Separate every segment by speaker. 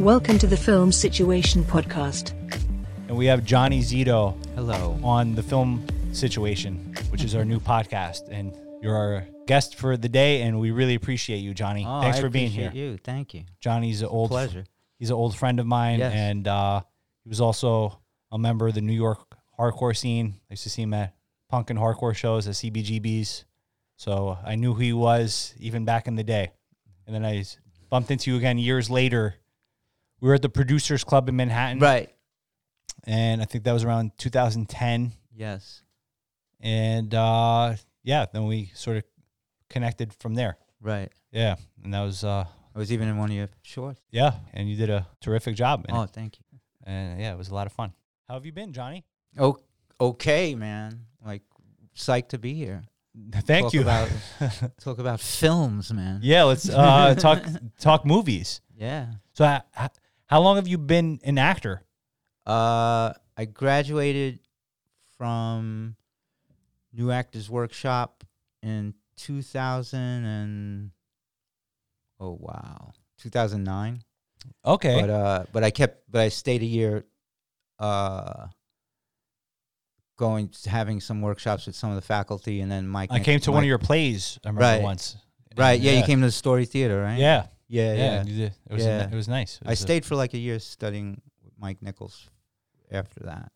Speaker 1: Welcome to the Film Situation Podcast.
Speaker 2: and we have Johnny Zito
Speaker 3: Hello.
Speaker 2: on the film situation, which is our new podcast. And you're our guest for the day, and we really appreciate you, Johnny.
Speaker 3: Oh,
Speaker 2: Thanks
Speaker 3: I
Speaker 2: for being here.
Speaker 3: appreciate You, thank you.
Speaker 2: Johnny's an old
Speaker 3: Pleasure.
Speaker 2: He's an old friend of mine,
Speaker 3: Yes.
Speaker 2: and uh, he was also a member of the New York hardcore scene. I used to see him at punk and hardcore shows at CBGBs, so I knew who he was even back in the day. And then I s- bumped into you again years later. We were at the Producers Club in Manhattan,
Speaker 3: Right.
Speaker 2: and I think that was around 2010.
Speaker 3: Yes.
Speaker 2: and uh yeah then we sort of connected from there
Speaker 3: Right.
Speaker 2: yeah and that was uh
Speaker 3: I was even in one of your shorts.
Speaker 2: yeah and you did a terrific job man.
Speaker 3: Oh, thank you.
Speaker 2: and yeah it was a lot of fun how have you been johnny
Speaker 3: Oh, okay, man. Like, psyched to be here.
Speaker 2: thank
Speaker 3: Talk
Speaker 2: you
Speaker 3: About, talk about films, man.
Speaker 2: yeah let's uh talk talk movies
Speaker 3: Yeah.
Speaker 2: so h- h- how long have you been an actor
Speaker 3: Uh, I graduated from New Actors Workshop in 2000 and oh wow, 2009.
Speaker 2: okay
Speaker 3: But uh, but I kept, but I stayed a year, uh, going having some workshops with some of the faculty, and then Mike.
Speaker 2: i came to one of your plays i remember
Speaker 3: Right.
Speaker 2: once
Speaker 3: Right, yeah, you
Speaker 2: yeah
Speaker 3: came to the Story Theater, right?
Speaker 2: yeah
Speaker 3: yeah,
Speaker 2: yeah,
Speaker 3: yeah.
Speaker 2: and you did- It, was
Speaker 3: Yeah.
Speaker 2: it was nice It
Speaker 3: I
Speaker 2: was a-
Speaker 3: stayed for like a year studying with Mike Nichols. After that,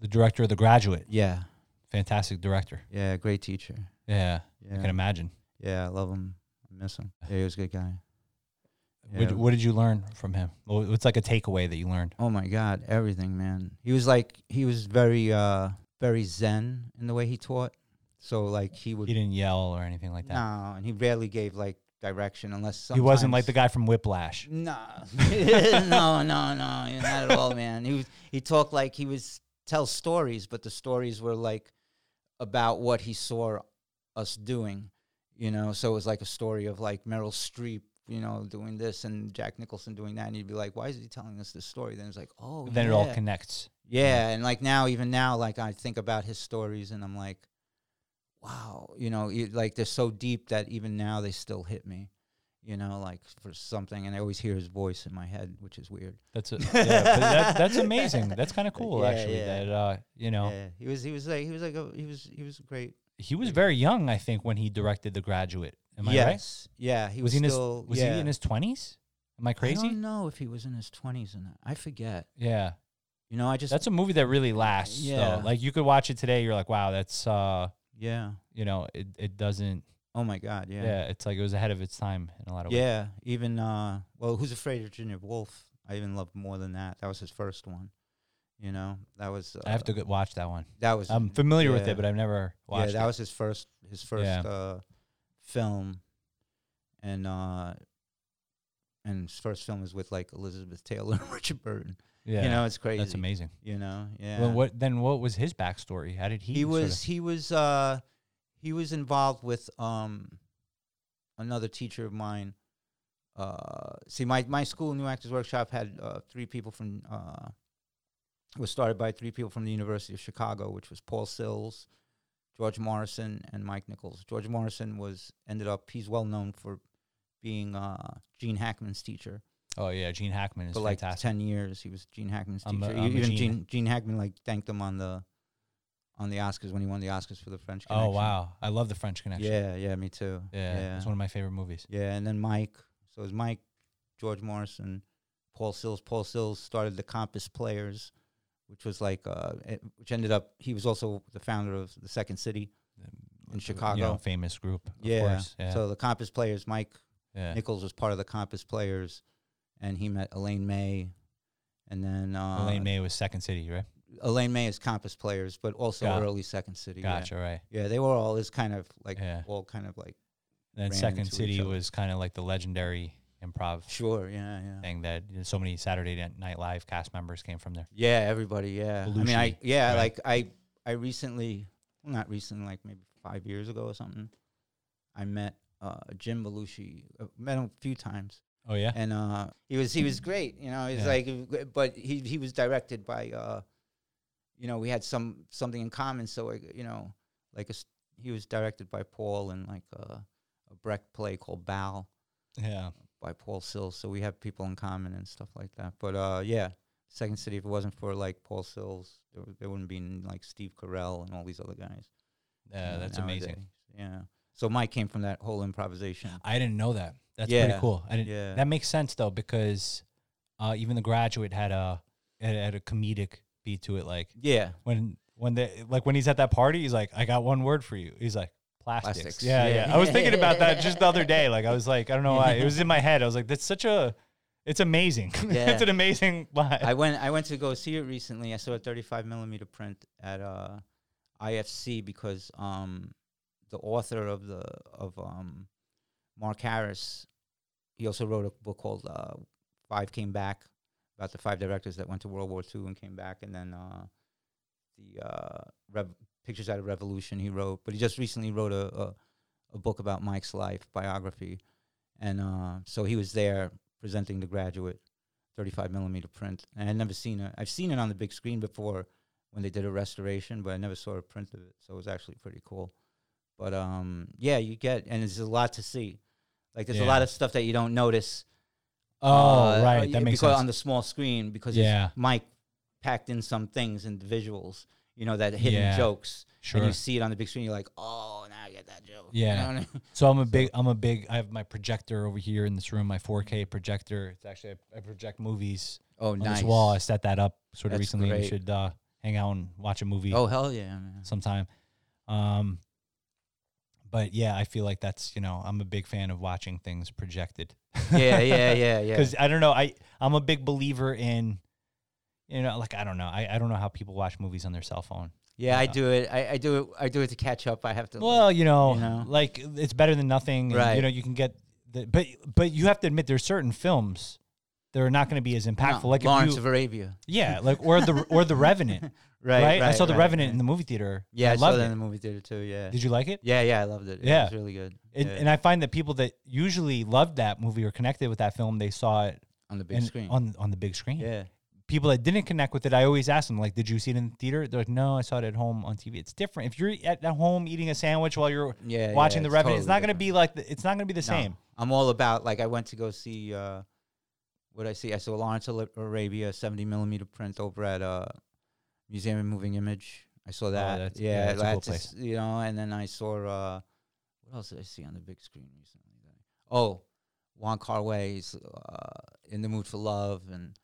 Speaker 2: the director of the graduate
Speaker 3: yeah,
Speaker 2: fantastic director
Speaker 3: yeah, great teacher.
Speaker 2: yeah,
Speaker 3: Yeah,
Speaker 2: i can imagine
Speaker 3: yeah, I love him. I miss him. Yeah, he was a good guy.
Speaker 2: what,
Speaker 3: Yeah.
Speaker 2: what did you learn from him What- what's like a takeaway that you learned
Speaker 3: Oh my God, everything, man. He was like he was very uh very zen in the way he taught. So like he would
Speaker 2: He didn't yell or anything like that.
Speaker 3: No, and he rarely gave like direction unless
Speaker 2: he wasn't like the
Speaker 3: sometimes-
Speaker 2: guy from Whiplash.
Speaker 3: No, no, no, no, not at all, man. He was he talked like he was tell stories, but the stories were like about what he saw us doing, you know. So it was like a story of like Meryl Streep, you know, doing this and Jack Nicholson doing that, and you'd be like, why is he telling us this story? Then it's like, oh,
Speaker 2: Then
Speaker 3: yeah.
Speaker 2: it all connects.
Speaker 3: Yeah, and like now, even now, like I think about his stories, and I'm like, wow, you know, you, like they're so deep that even now they still hit me, you know, like for something, and I always hear his voice in my head, which is weird.
Speaker 2: That's a, yeah, but that, that's amazing. That's kind of cool,
Speaker 3: Yeah,
Speaker 2: actually.
Speaker 3: yeah.
Speaker 2: That uh, you know,
Speaker 3: Yeah, he was, he was like, he was like, a, he was, he was great.
Speaker 2: he was very young, I think, when he directed The Graduate. Am I right?
Speaker 3: yes, yeah, he
Speaker 2: Was,
Speaker 3: was,
Speaker 2: he in
Speaker 3: still,
Speaker 2: his Was
Speaker 3: yeah.
Speaker 2: he in his twenties? Am I
Speaker 3: I
Speaker 2: crazy?
Speaker 3: don't know if he was in his twenties or not. I forget.
Speaker 2: Yeah,
Speaker 3: You know, I just
Speaker 2: that's a movie that really lasts. Yeah,
Speaker 3: Yeah.
Speaker 2: like you could watch it today. You're like, wow, that's uh,
Speaker 3: yeah.
Speaker 2: you know, it it doesn't.
Speaker 3: Oh my God,
Speaker 2: Yeah.
Speaker 3: yeah,
Speaker 2: it's like it was ahead of its time in a lot of ways.
Speaker 3: Yeah, even uh, well, Who's Afraid of Virginia Woolf? I even loved more than that. That was his first one. You know, that was. Uh,
Speaker 2: I have to go watch that one.
Speaker 3: That was.
Speaker 2: I'm familiar with
Speaker 3: yeah.
Speaker 2: it, but I've never
Speaker 3: yeah,
Speaker 2: watched.
Speaker 3: that
Speaker 2: it.
Speaker 3: was his first. His first
Speaker 2: Yeah.
Speaker 3: uh, film, and uh, and his first film was with like Elizabeth Taylor and Richard Burton.
Speaker 2: yeah,
Speaker 3: You know, it's crazy.
Speaker 2: that's amazing.
Speaker 3: You know, yeah.
Speaker 2: Well, what then? What was his backstory? How did he?
Speaker 3: he
Speaker 2: sort of-
Speaker 3: was he was uh he was involved with um another teacher of mine uh see my my school new actors workshop had uh three people from uh was started by three people from the university of chicago which was paul sills george morrison and mike nichols george morrison was ended up he's well known for being uh gene hackman's teacher
Speaker 2: oh yeah, Gene Hackman is
Speaker 3: for like
Speaker 2: fantastic.
Speaker 3: ten years. He was Gene Hackman's
Speaker 2: I'm a-
Speaker 3: teacher. E-
Speaker 2: I'm a
Speaker 3: Even
Speaker 2: Gene.
Speaker 3: Gene. Gene Hackman like thanked him on the on the Oscars when he won the Oscars for the French.
Speaker 2: oh
Speaker 3: Connection.
Speaker 2: wow, I love the French Connection.
Speaker 3: Yeah, yeah, me too.
Speaker 2: yeah,
Speaker 3: yeah,
Speaker 2: it's one of my favorite movies.
Speaker 3: Yeah, and then Mike. So it was Mike, George Morrison, Paul Sills. Paul Sills started the Compass Players, which was like uh, eh, which ended up he was also the founder of the Second City in
Speaker 2: you know,
Speaker 3: Chicago.
Speaker 2: famous group. Of
Speaker 3: yeah.
Speaker 2: course. yeah.
Speaker 3: So the Compass Players, Mike
Speaker 2: yeah.
Speaker 3: Nichols was part of the Compass Players, and he met Elaine May. And then uh,
Speaker 2: Elaine May was Second City, right?
Speaker 3: Elaine May is Compass players, but also
Speaker 2: Got it.
Speaker 3: early Second City. yeah.
Speaker 2: Gotcha, right.
Speaker 3: Yeah. they were all is kind of like
Speaker 2: Yeah.
Speaker 3: all kind of like
Speaker 2: And then
Speaker 3: Ran
Speaker 2: Second
Speaker 3: into each
Speaker 2: City
Speaker 3: other.
Speaker 2: was kind of like the legendary improv
Speaker 3: sure, yeah, yeah,
Speaker 2: thing that you know, so many Saturday Night Live cast members came from there.
Speaker 3: yeah. Everybody, yeah. I mean,
Speaker 2: Belushi,
Speaker 3: I yeah,
Speaker 2: right.
Speaker 3: like I I recently, well, not recently, like maybe five years ago or something. I met uh, Jim Belushi. Uh, met him a few times,
Speaker 2: Oh yeah,
Speaker 3: and uh, he was he was great. You know, he's
Speaker 2: Yeah.
Speaker 3: like, but he he was directed by, uh, you know, we had some something in common. So like, you know, like a, s- uh, he was directed by Paul and like a, a Brecht play called Bal.
Speaker 2: yeah.
Speaker 3: by Paul Sills. So we have people in common and stuff like that. But uh, yeah, Second City, if it wasn't for like Paul Sills, there, w- there wouldn't be n- like Steve Carell and all these other guys.
Speaker 2: Yeah,
Speaker 3: uh,
Speaker 2: that's amazing.
Speaker 3: nowadays. Yeah. So Mike came from that whole improvisation.
Speaker 2: I didn't know that. That's
Speaker 3: Yeah.
Speaker 2: pretty cool. I didn't,
Speaker 3: Yeah.
Speaker 2: That makes sense though because uh, even the graduate had a had, had a comedic beat to it. Like
Speaker 3: Yeah.
Speaker 2: when when the like when he's at that party, he's like, I got one word for you. He's like. Plastics.
Speaker 3: Plastics.
Speaker 2: Yeah,
Speaker 3: Yeah.
Speaker 2: yeah. I was thinking about that just the other day. Like I was like, I don't know why. It was in my head. I was like, that's such a it's amazing.
Speaker 3: Yeah.
Speaker 2: it's an amazing line.
Speaker 3: I went I went to go see it recently. I saw a 35 millimeter print at uh, IFC because um, the author of the of um, Mark Harris, he also wrote a book called uh, Five Came Back about the five directors that went to World War II and came back, and then uh, the uh, Rev- Pictures Out of Revolution he wrote. But he just recently wrote a a, a book about Mike's life biography, and uh, so he was there presenting the graduate. 35 millimeter print. And I'd never seen it. I've seen it on the big screen before when they did a restoration, but I never saw a print of it. So it was actually pretty cool. But um, yeah, you get, and it's a lot to see. Like there's a
Speaker 2: Yeah.
Speaker 3: lot of stuff that you don't notice.
Speaker 2: oh,
Speaker 3: uh,
Speaker 2: right.
Speaker 3: uh,
Speaker 2: That makes
Speaker 3: because
Speaker 2: sense.
Speaker 3: on the small screen because it's-
Speaker 2: Yeah.
Speaker 3: Mike packed in some things and visuals, you know, that hidden
Speaker 2: Yeah.
Speaker 3: jokes.
Speaker 2: sure.
Speaker 3: And you see it on the big screen, you're like, oh, now I get that joke. You
Speaker 2: Yeah.
Speaker 3: know what I mean?
Speaker 2: So I'm a big, I'm a big. I have my projector over here in this room, my 4K projector. It's actually I, I project movies
Speaker 3: Oh,
Speaker 2: on
Speaker 3: nice.
Speaker 2: this wall. I set that up sort of
Speaker 3: That's
Speaker 2: recently.
Speaker 3: great.
Speaker 2: We should uh, hang out and watch a movie
Speaker 3: Oh, hell yeah. Man.
Speaker 2: sometime. Um, but yeah, I feel like that's you know I'm a big fan of watching things projected.
Speaker 3: Yeah, yeah, yeah, yeah.
Speaker 2: Because I don't know, I I'm a big believer in, you know, like I don't know, I, I don't know how people watch movies on their cell phone.
Speaker 3: Yeah, I
Speaker 2: Yeah.
Speaker 3: do it. I, I do it. I do it to catch up. I have to. like-
Speaker 2: Well, you know,
Speaker 3: you know?
Speaker 2: like it's better than nothing. and,
Speaker 3: Right.
Speaker 2: you know, you can get the but but you have to admit there's certain films that are not going to be as impactful.
Speaker 3: No,
Speaker 2: like
Speaker 3: Lawrence
Speaker 2: if you,
Speaker 3: of Arabia.
Speaker 2: yeah, like or the or the Revenant.
Speaker 3: Right,
Speaker 2: right, I saw the Revenant in the movie theater. and
Speaker 3: Yeah, I,
Speaker 2: I
Speaker 3: saw
Speaker 2: loved
Speaker 3: that in
Speaker 2: it.
Speaker 3: the movie theater too. Yeah.
Speaker 2: Did you like it?
Speaker 3: yeah, yeah, I loved it. it
Speaker 2: Yeah.
Speaker 3: was really good.
Speaker 2: And,
Speaker 3: yeah.
Speaker 2: and I find that people that usually loved that movie or connected with that film, they saw it
Speaker 3: on the big
Speaker 2: in-
Speaker 3: screen.
Speaker 2: on on the big screen.
Speaker 3: yeah,
Speaker 2: People that didn't connect with it, I always ask them, like, did you see it in the theater? They're like, no, I saw it at home on TV. It's different. If you're at at home eating a sandwich while you're
Speaker 3: yeah.
Speaker 2: watching
Speaker 3: yeah,
Speaker 2: the Revenant, it's not
Speaker 3: totally
Speaker 2: going to
Speaker 3: different.
Speaker 2: be like the, it's not going to be the
Speaker 3: No,
Speaker 2: same.
Speaker 3: I'm all about like I went to go see uh, what I see. I saw Lawrence of Arabia 70 millimeter print over at uh, Museum of Moving Image. I saw that.
Speaker 2: Oh, that's-
Speaker 3: yeah,
Speaker 2: yeah, that's a cool
Speaker 3: to s- you know. And then I saw uh, what else did I see on the big screen recently? Oh, Juan Kar Wai's uh, In the Mood for Love and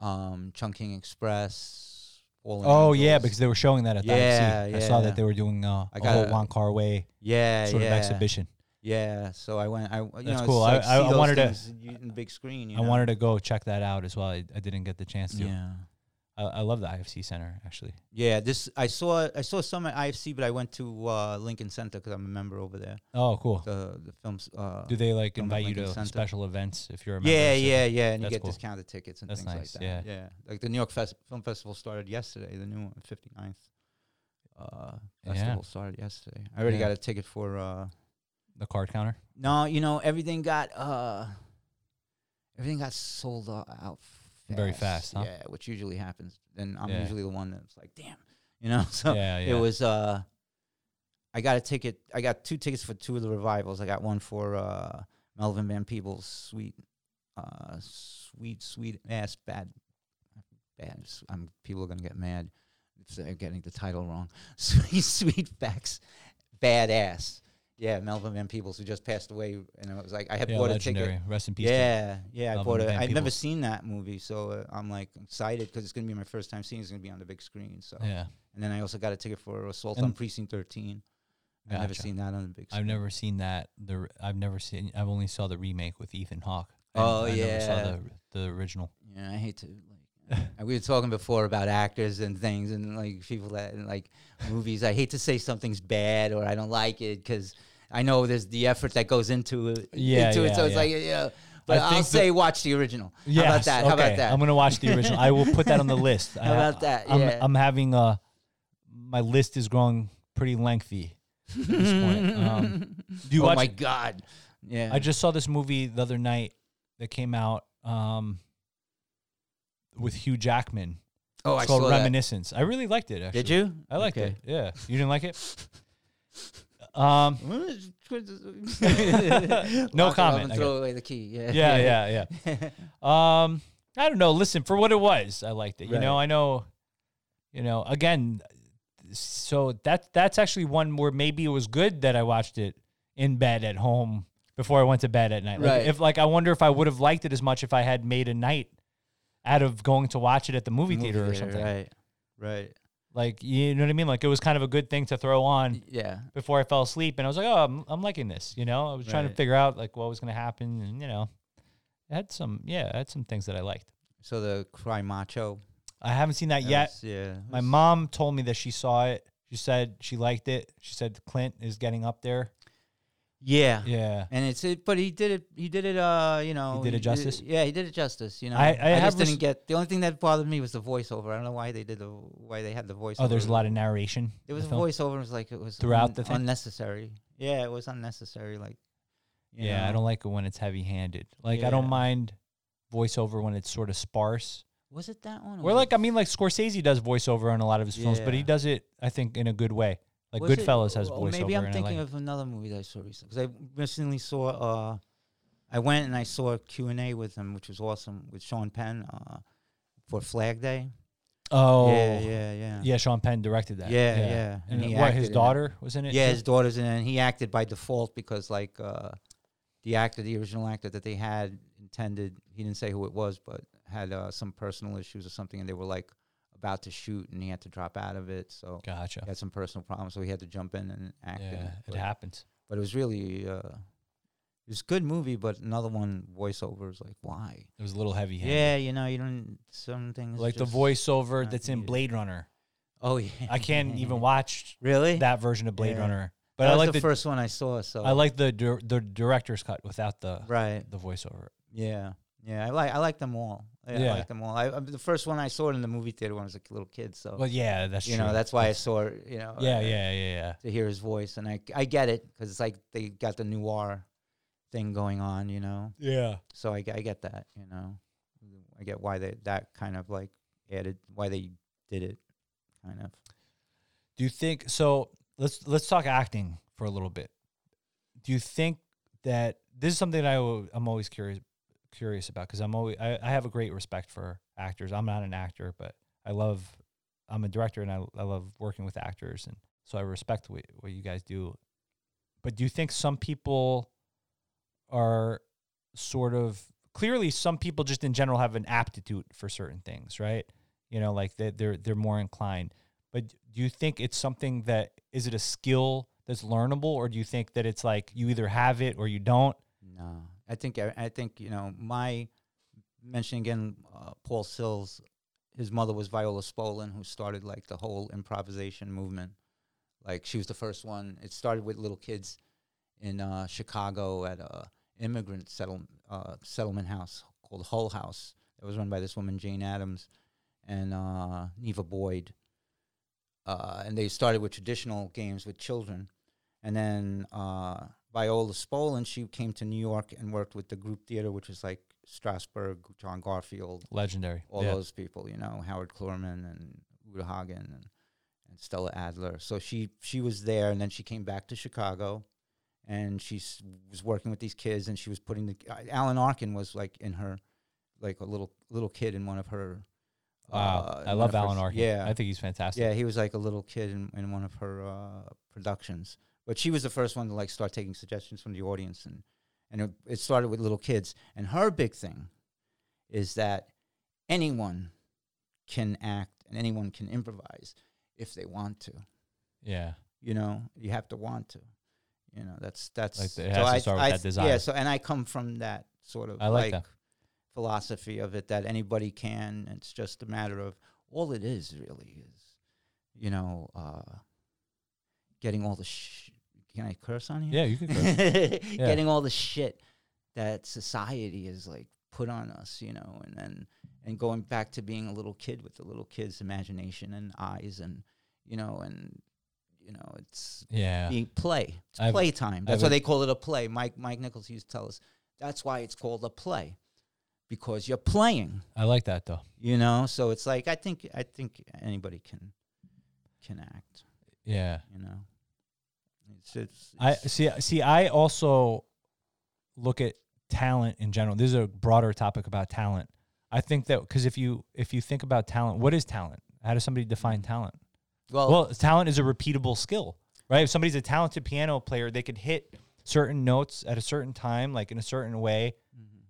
Speaker 3: um, Chunking Express. Fallen
Speaker 2: Oh yeah,
Speaker 3: Angels.
Speaker 2: because they were showing that at the
Speaker 3: Yeah,
Speaker 2: IFC. I saw
Speaker 3: yeah.
Speaker 2: that they were doing uh,
Speaker 3: I
Speaker 2: a
Speaker 3: got
Speaker 2: whole
Speaker 3: a-
Speaker 2: Juan Car Way
Speaker 3: yeah,
Speaker 2: sort
Speaker 3: yeah,
Speaker 2: of exhibition.
Speaker 3: Yeah, so I went. I you know,
Speaker 2: That's
Speaker 3: it's
Speaker 2: cool. I-
Speaker 3: like,
Speaker 2: I-
Speaker 3: see
Speaker 2: I
Speaker 3: those
Speaker 2: wanted to-
Speaker 3: things you- in the big screen. You
Speaker 2: I
Speaker 3: know?
Speaker 2: wanted to go check that out as well. I, I didn't get the chance to.
Speaker 3: Yeah.
Speaker 2: I, I love the IFC Center actually.
Speaker 3: Yeah, this I saw. I saw some at IFC, but I went to uh, Lincoln Center because I'm a member over there.
Speaker 2: Oh, cool.
Speaker 3: The the films. Uh,
Speaker 2: Do they like
Speaker 3: Film at
Speaker 2: invite you
Speaker 3: Lincoln
Speaker 2: to
Speaker 3: Center.
Speaker 2: special events if you're a member?
Speaker 3: yeah,
Speaker 2: So-
Speaker 3: yeah, yeah, and you
Speaker 2: That's
Speaker 3: get
Speaker 2: cool.
Speaker 3: discounted tickets and
Speaker 2: That's
Speaker 3: things
Speaker 2: nice,
Speaker 3: like
Speaker 2: yeah.
Speaker 3: that. yeah. Like the New York Fest- Film Festival started yesterday. The new one, 59th uh,
Speaker 2: Yeah.
Speaker 3: festival started yesterday. I already
Speaker 2: Yeah.
Speaker 3: got a ticket for. Uh,
Speaker 2: The card counter.
Speaker 3: no, you know everything got uh, everything got sold o- out fast.
Speaker 2: Very fast, huh?
Speaker 3: Yeah, which usually happens. And I'm
Speaker 2: Yeah.
Speaker 3: usually the one that's like, damn, you know. So
Speaker 2: yeah, yeah.
Speaker 3: it was uh i got a ticket i got two tickets for two of the revivals i got one for uh melvin van peebles sweet uh sweet sweet ass bad bad s- i'm people are gonna get mad if they're getting the title wrong sweet sweet facts badass yeah melvin van peebles who just passed away and i was like i had
Speaker 2: yeah,
Speaker 3: bought a ticket
Speaker 2: legendary. Rest in peace. to-
Speaker 3: yeah, yeah. I
Speaker 2: Love
Speaker 3: bought
Speaker 2: and
Speaker 3: it.
Speaker 2: Van
Speaker 3: I've never
Speaker 2: Peebles.
Speaker 3: seen that movie, so uh, I'm like excited because it's gonna be my first time seeing. it. It's gonna be on the big screen, so
Speaker 2: Yeah.
Speaker 3: and then I also got a ticket for Assault on
Speaker 2: And-
Speaker 3: Precinct 13. I've never
Speaker 2: Gotcha.
Speaker 3: seen that on the big
Speaker 2: I've
Speaker 3: screen.
Speaker 2: never seen that. The r- I've never seen. I've only saw the remake with Ethan Hawke. I-
Speaker 3: Oh,
Speaker 2: I Never
Speaker 3: yeah.
Speaker 2: saw the, the original.
Speaker 3: Yeah, I hate to. Like, uh, we were talking before about actors and things and like people that and, like movies. I hate to say something's bad or I don't like it because I know there's the effort that goes into it.
Speaker 2: Yeah,
Speaker 3: into it.
Speaker 2: yeah,
Speaker 3: So it's
Speaker 2: yeah.
Speaker 3: like yeah. But
Speaker 2: I
Speaker 3: I'll
Speaker 2: think the-
Speaker 3: say watch the original.
Speaker 2: Yeah.
Speaker 3: How about that? How about that?
Speaker 2: I'm gonna watch the original. I will put that on the list. I
Speaker 3: How
Speaker 2: ha-
Speaker 3: about that?
Speaker 2: I'm,
Speaker 3: Yeah.
Speaker 2: I'm having a my list is growing pretty lengthy. At this point. Um, do you
Speaker 3: oh
Speaker 2: watch?
Speaker 3: my god. Yeah.
Speaker 2: I just saw this movie the other night that came out um, with Hugh Jackman.
Speaker 3: oh,
Speaker 2: It's
Speaker 3: I
Speaker 2: called
Speaker 3: saw that.
Speaker 2: Reminiscence. I really liked it. Actually,
Speaker 3: Did you?
Speaker 2: I liked
Speaker 3: Okay.
Speaker 2: it. Yeah, you didn't like it? Um,
Speaker 3: no
Speaker 2: comment, I
Speaker 3: throw away the key. Yeah.
Speaker 2: yeah, yeah, yeah. Um, I don't know. Listen, for what it was, I liked it. You know,
Speaker 3: Right.
Speaker 2: I know. You know, again, so that that's actually one where maybe it was good that I watched it in bed at home before I went to bed at night. Like,
Speaker 3: Right.
Speaker 2: If like, I wonder if I would have liked it as much if I had made a night out of going to watch it at the movie, theater, or something.
Speaker 3: Right. Right.
Speaker 2: Like, you know what I mean? Like, it was kind of a good thing to throw on
Speaker 3: Yeah.
Speaker 2: before I fell asleep, and I was like, "Oh, I'm, I'm liking this." You know, I was trying to
Speaker 3: Right.
Speaker 2: figure out like what was going to happen, and you know, I had some yeah, I had some things that I liked.
Speaker 3: So the cry macho.
Speaker 2: I haven't seen that
Speaker 3: that
Speaker 2: yet.
Speaker 3: was- yeah.
Speaker 2: Uh, My
Speaker 3: was-
Speaker 2: mom told me that she saw it. She said she liked it. She said Clint is getting up there.
Speaker 3: Yeah.
Speaker 2: Yeah,
Speaker 3: And it's it, but he did it. He did it. Uh, you know,
Speaker 2: did it justice?
Speaker 3: yeah, he did it justice. You know,
Speaker 2: I- I have
Speaker 3: just
Speaker 2: res-
Speaker 3: didn't get the only thing that bothered me was the voiceover. I don't know why they did the why they had the voiceover.
Speaker 2: Oh, there's a lot of narration.
Speaker 3: It
Speaker 2: in
Speaker 3: was
Speaker 2: the
Speaker 3: a
Speaker 2: film.
Speaker 3: voiceover. and It was like it was
Speaker 2: Throughout
Speaker 3: un-
Speaker 2: the thing?
Speaker 3: unnecessary. Yeah, it was unnecessary. Like, you
Speaker 2: Yeah, I
Speaker 3: know.
Speaker 2: don't like it when it's heavy-handed. Like I
Speaker 3: Yeah.
Speaker 2: don't mind voiceover when it's sort of sparse.
Speaker 3: Was it that one? or
Speaker 2: Or
Speaker 3: was
Speaker 2: like
Speaker 3: it-
Speaker 2: I mean, like Scorsese does voiceover on a lot of his films, but he
Speaker 3: Yeah.
Speaker 2: does it, I think, in a good way. Like
Speaker 3: was it-
Speaker 2: Goodfellas has
Speaker 3: or
Speaker 2: voiceover.
Speaker 3: Maybe I'm
Speaker 2: and I
Speaker 3: thinking
Speaker 2: like-
Speaker 3: of another movie that I saw recently because I recently saw. Uh, I went and I saw Q and A with him, which was awesome with Sean Penn uh, for Flag Day.
Speaker 2: oh
Speaker 3: yeah, yeah, yeah.
Speaker 2: Yeah, Sean Penn directed that.
Speaker 3: Yeah, yeah.
Speaker 2: And,
Speaker 3: And he
Speaker 2: what
Speaker 3: acted
Speaker 2: his
Speaker 3: in it.
Speaker 2: daughter was in it.
Speaker 3: Yeah,
Speaker 2: too?
Speaker 3: his daughter's in it, and he acted by default because like uh, the actor, the original actor that they had intended, he didn't say who it was, but had uh, some personal issues or something, and they were like about to shoot, and he had to drop out of it, so
Speaker 2: Gotcha.
Speaker 3: he had some personal problems, so he had to jump in and act. in
Speaker 2: Yeah,
Speaker 3: it,
Speaker 2: it
Speaker 3: but,
Speaker 2: happens.
Speaker 3: but it was really. Uh, it was a good movie, but another one voiceover is like, why?
Speaker 2: It was a little heavy.
Speaker 3: Yeah, you know, you don't some things
Speaker 2: Like the
Speaker 3: just-
Speaker 2: voiceover
Speaker 3: not
Speaker 2: that's in
Speaker 3: needed.
Speaker 2: Blade Runner.
Speaker 3: Oh yeah,
Speaker 2: I can't even watch
Speaker 3: really.
Speaker 2: that version of Blade
Speaker 3: Yeah.
Speaker 2: Runner. But
Speaker 3: That
Speaker 2: I
Speaker 3: was
Speaker 2: like
Speaker 3: the,
Speaker 2: the,
Speaker 3: first one I saw. So
Speaker 2: I like the dir- the director's cut without the
Speaker 3: right.
Speaker 2: the voiceover.
Speaker 3: Yeah, yeah. I like I like them all. Yeah,
Speaker 2: Yeah.
Speaker 3: I like them all. I, I, the first one I saw it in the movie theater when I was a k- little kid, so
Speaker 2: Well, yeah, that's
Speaker 3: you
Speaker 2: true.
Speaker 3: know that's why I saw it. You know,
Speaker 2: yeah,
Speaker 3: uh,
Speaker 2: yeah, yeah, yeah.
Speaker 3: to hear his voice, and I I get it because it's like they got the noir thing going on, you know.
Speaker 2: Yeah.
Speaker 3: So I g- I get that, you know. I get why they that kind of like added why they did it, kind of.
Speaker 2: Do you think so? Let's let's talk acting for a little bit. Do you think that this is something I will, I'm always curious curious about because I'm always I, I have a great respect for actors. I'm not an actor, but I love I'm a director and I, I love working with actors and so I respect what, what you guys do. But do you think some people are sort of clearly some people just in general have an aptitude for certain things, right? You know, like they, they're they're more inclined but do you think it's something that is it a skill that's learnable or do you think that it's like you either have it or you don't
Speaker 3: No, I think I, I think you know my mentioning again uh, Paul Sills. His mother was Viola Spolin, who started like the whole improvisation movement. Like she was the first one. It started with little kids in uh, Chicago at a immigrant settle, uh, settlement house called Hull House. It was run by this woman Jane Addams and uh, Neva Boyd. Uh, and they started with traditional games with children. And then uh, Viola Spolin, she came to New York and worked with the group theater, which was like Strasberg, John Garfield,
Speaker 2: legendary
Speaker 3: all those people, you know, Howard Klorman and Uta Hagen and, and Stella Adler. So she she was there, and then she came back to Chicago, and she s- was working with these kids, and she was putting the uh, Alan Arkin was like in her, like a little little kid in one of her.
Speaker 2: wow
Speaker 3: uh,
Speaker 2: i
Speaker 3: in one
Speaker 2: love
Speaker 3: of her
Speaker 2: alan
Speaker 3: s-
Speaker 2: arkin
Speaker 3: Yeah,
Speaker 2: i think he's fantastic
Speaker 3: yeah, he was like a little kid in, in one of her uh, productions. But she was the first one to like start taking suggestions from the audience, and and it, it started with little kids. And her big thing is that anyone can act and anyone can improvise if they want to.
Speaker 2: yeah
Speaker 3: You know, you have to want to. You know, that's that's
Speaker 2: Like, it has to start with that
Speaker 3: Yeah.
Speaker 2: desire.
Speaker 3: So, and I come from that sort of
Speaker 2: I like that.
Speaker 3: philosophy of it that anybody can. It's just a matter of all it is really is, you know, uh, getting all the. Sh- can I curse on here?
Speaker 2: yeah you could go.
Speaker 3: getting all the shit that society has like put on us, you know, and then and going back to being a little kid with the little kid's imagination and eyes and you know and you know it's
Speaker 2: yeah
Speaker 3: being play. It's
Speaker 2: I've-
Speaker 3: playtime. That's
Speaker 2: I've
Speaker 3: why
Speaker 2: a-
Speaker 3: they call it a play. Mike Mike Nichols used to tell us that's why it's called a play because you're playing.
Speaker 2: i like that though
Speaker 3: You know, so it's like I think I think anybody can can act.
Speaker 2: yeah
Speaker 3: You know, me. It's, it's,
Speaker 2: I
Speaker 3: it's-
Speaker 2: see. See, I also look at talent in general. This is a broader topic about talent. I think that because if you if you think about talent, what is talent? How does somebody
Speaker 3: Mm.
Speaker 2: define talent?
Speaker 3: well,
Speaker 2: Well, talent is a repeatable skill, right? If somebody's a talented piano player, they could hit certain notes at a certain time, like in a certain way,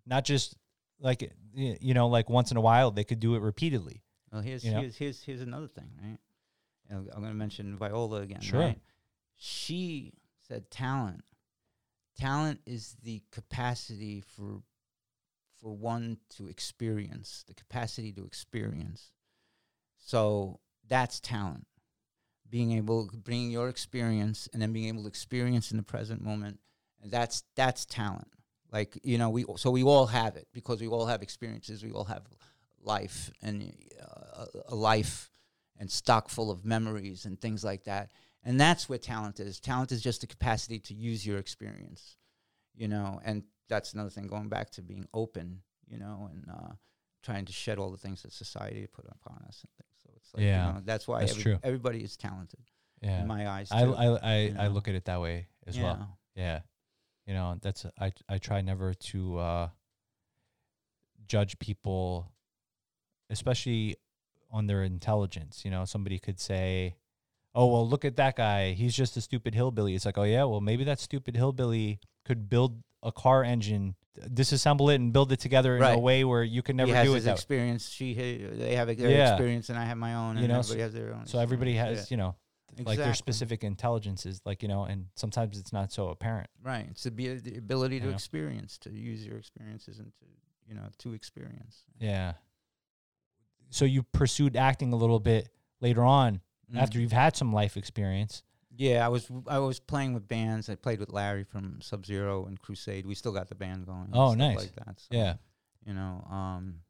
Speaker 2: not just like y- you know, like once in a while. They could do it repeatedly.
Speaker 3: well, here's,
Speaker 2: you know.
Speaker 3: here's here's here's another thing, right? And I'm going to mention Viola again.
Speaker 2: Sure.
Speaker 3: Right? She said talent. Talent is the capacity for for one to experience, the capacity to experience. So that's talent. Being able bringing your experience and then being able to experience in the present moment, that's that's talent. Like you know, we so we all have it because we all have experiences. We all have life and uh, a life and stock full of memories and things like that. And that's what talent is. Talent is just the capacity to use your experience, you know. And that's another thing. Going back to being open, you know, and uh, trying to shed all the things that society put upon us and things. So it's like,
Speaker 2: Yeah,
Speaker 3: you know, that's why
Speaker 2: that's
Speaker 3: every-
Speaker 2: true.
Speaker 3: everybody is talented
Speaker 2: Yeah,
Speaker 3: in my eyes.
Speaker 2: I
Speaker 3: too,
Speaker 2: I I,
Speaker 3: you
Speaker 2: I
Speaker 3: know.
Speaker 2: look at it that way as
Speaker 3: you
Speaker 2: well.
Speaker 3: know.
Speaker 2: Yeah. You know, that's I I try never to uh judge people especially on their intelligence. You know, somebody could say, "Oh, well, look at that guy. He's just a stupid hillbilly." It's like, "Oh yeah, well, maybe that stupid hillbilly could build a car engine, disassemble it and build it together in a
Speaker 3: Right.
Speaker 2: way where you can
Speaker 3: he
Speaker 2: never
Speaker 3: has
Speaker 2: do it
Speaker 3: his
Speaker 2: that way."
Speaker 3: experience. She, he- they have their
Speaker 2: Yeah.
Speaker 3: experience, and I have my own.
Speaker 2: You
Speaker 3: And
Speaker 2: know,
Speaker 3: everybody has their own.
Speaker 2: So everybody
Speaker 3: experience.
Speaker 2: has, you know,
Speaker 3: Yeah.
Speaker 2: like their
Speaker 3: Exactly.
Speaker 2: specific intelligences, like, you know, and sometimes it's not so apparent.
Speaker 3: Right. It's the, be- the ability to
Speaker 2: Yeah.
Speaker 3: experience, to use your experiences, and to you know to experience.
Speaker 2: Yeah. So you pursued acting a little bit later on Mm-hmm.
Speaker 3: Mm-hmm.
Speaker 2: after you've had some life experience.
Speaker 3: Yeah, I was I was playing with bands. I played with Larry from Sub Zero and Crusade. We still got the band going. and
Speaker 2: Oh,
Speaker 3: stuff
Speaker 2: nice.
Speaker 3: Like that. So,
Speaker 2: Yeah.
Speaker 3: You know, um,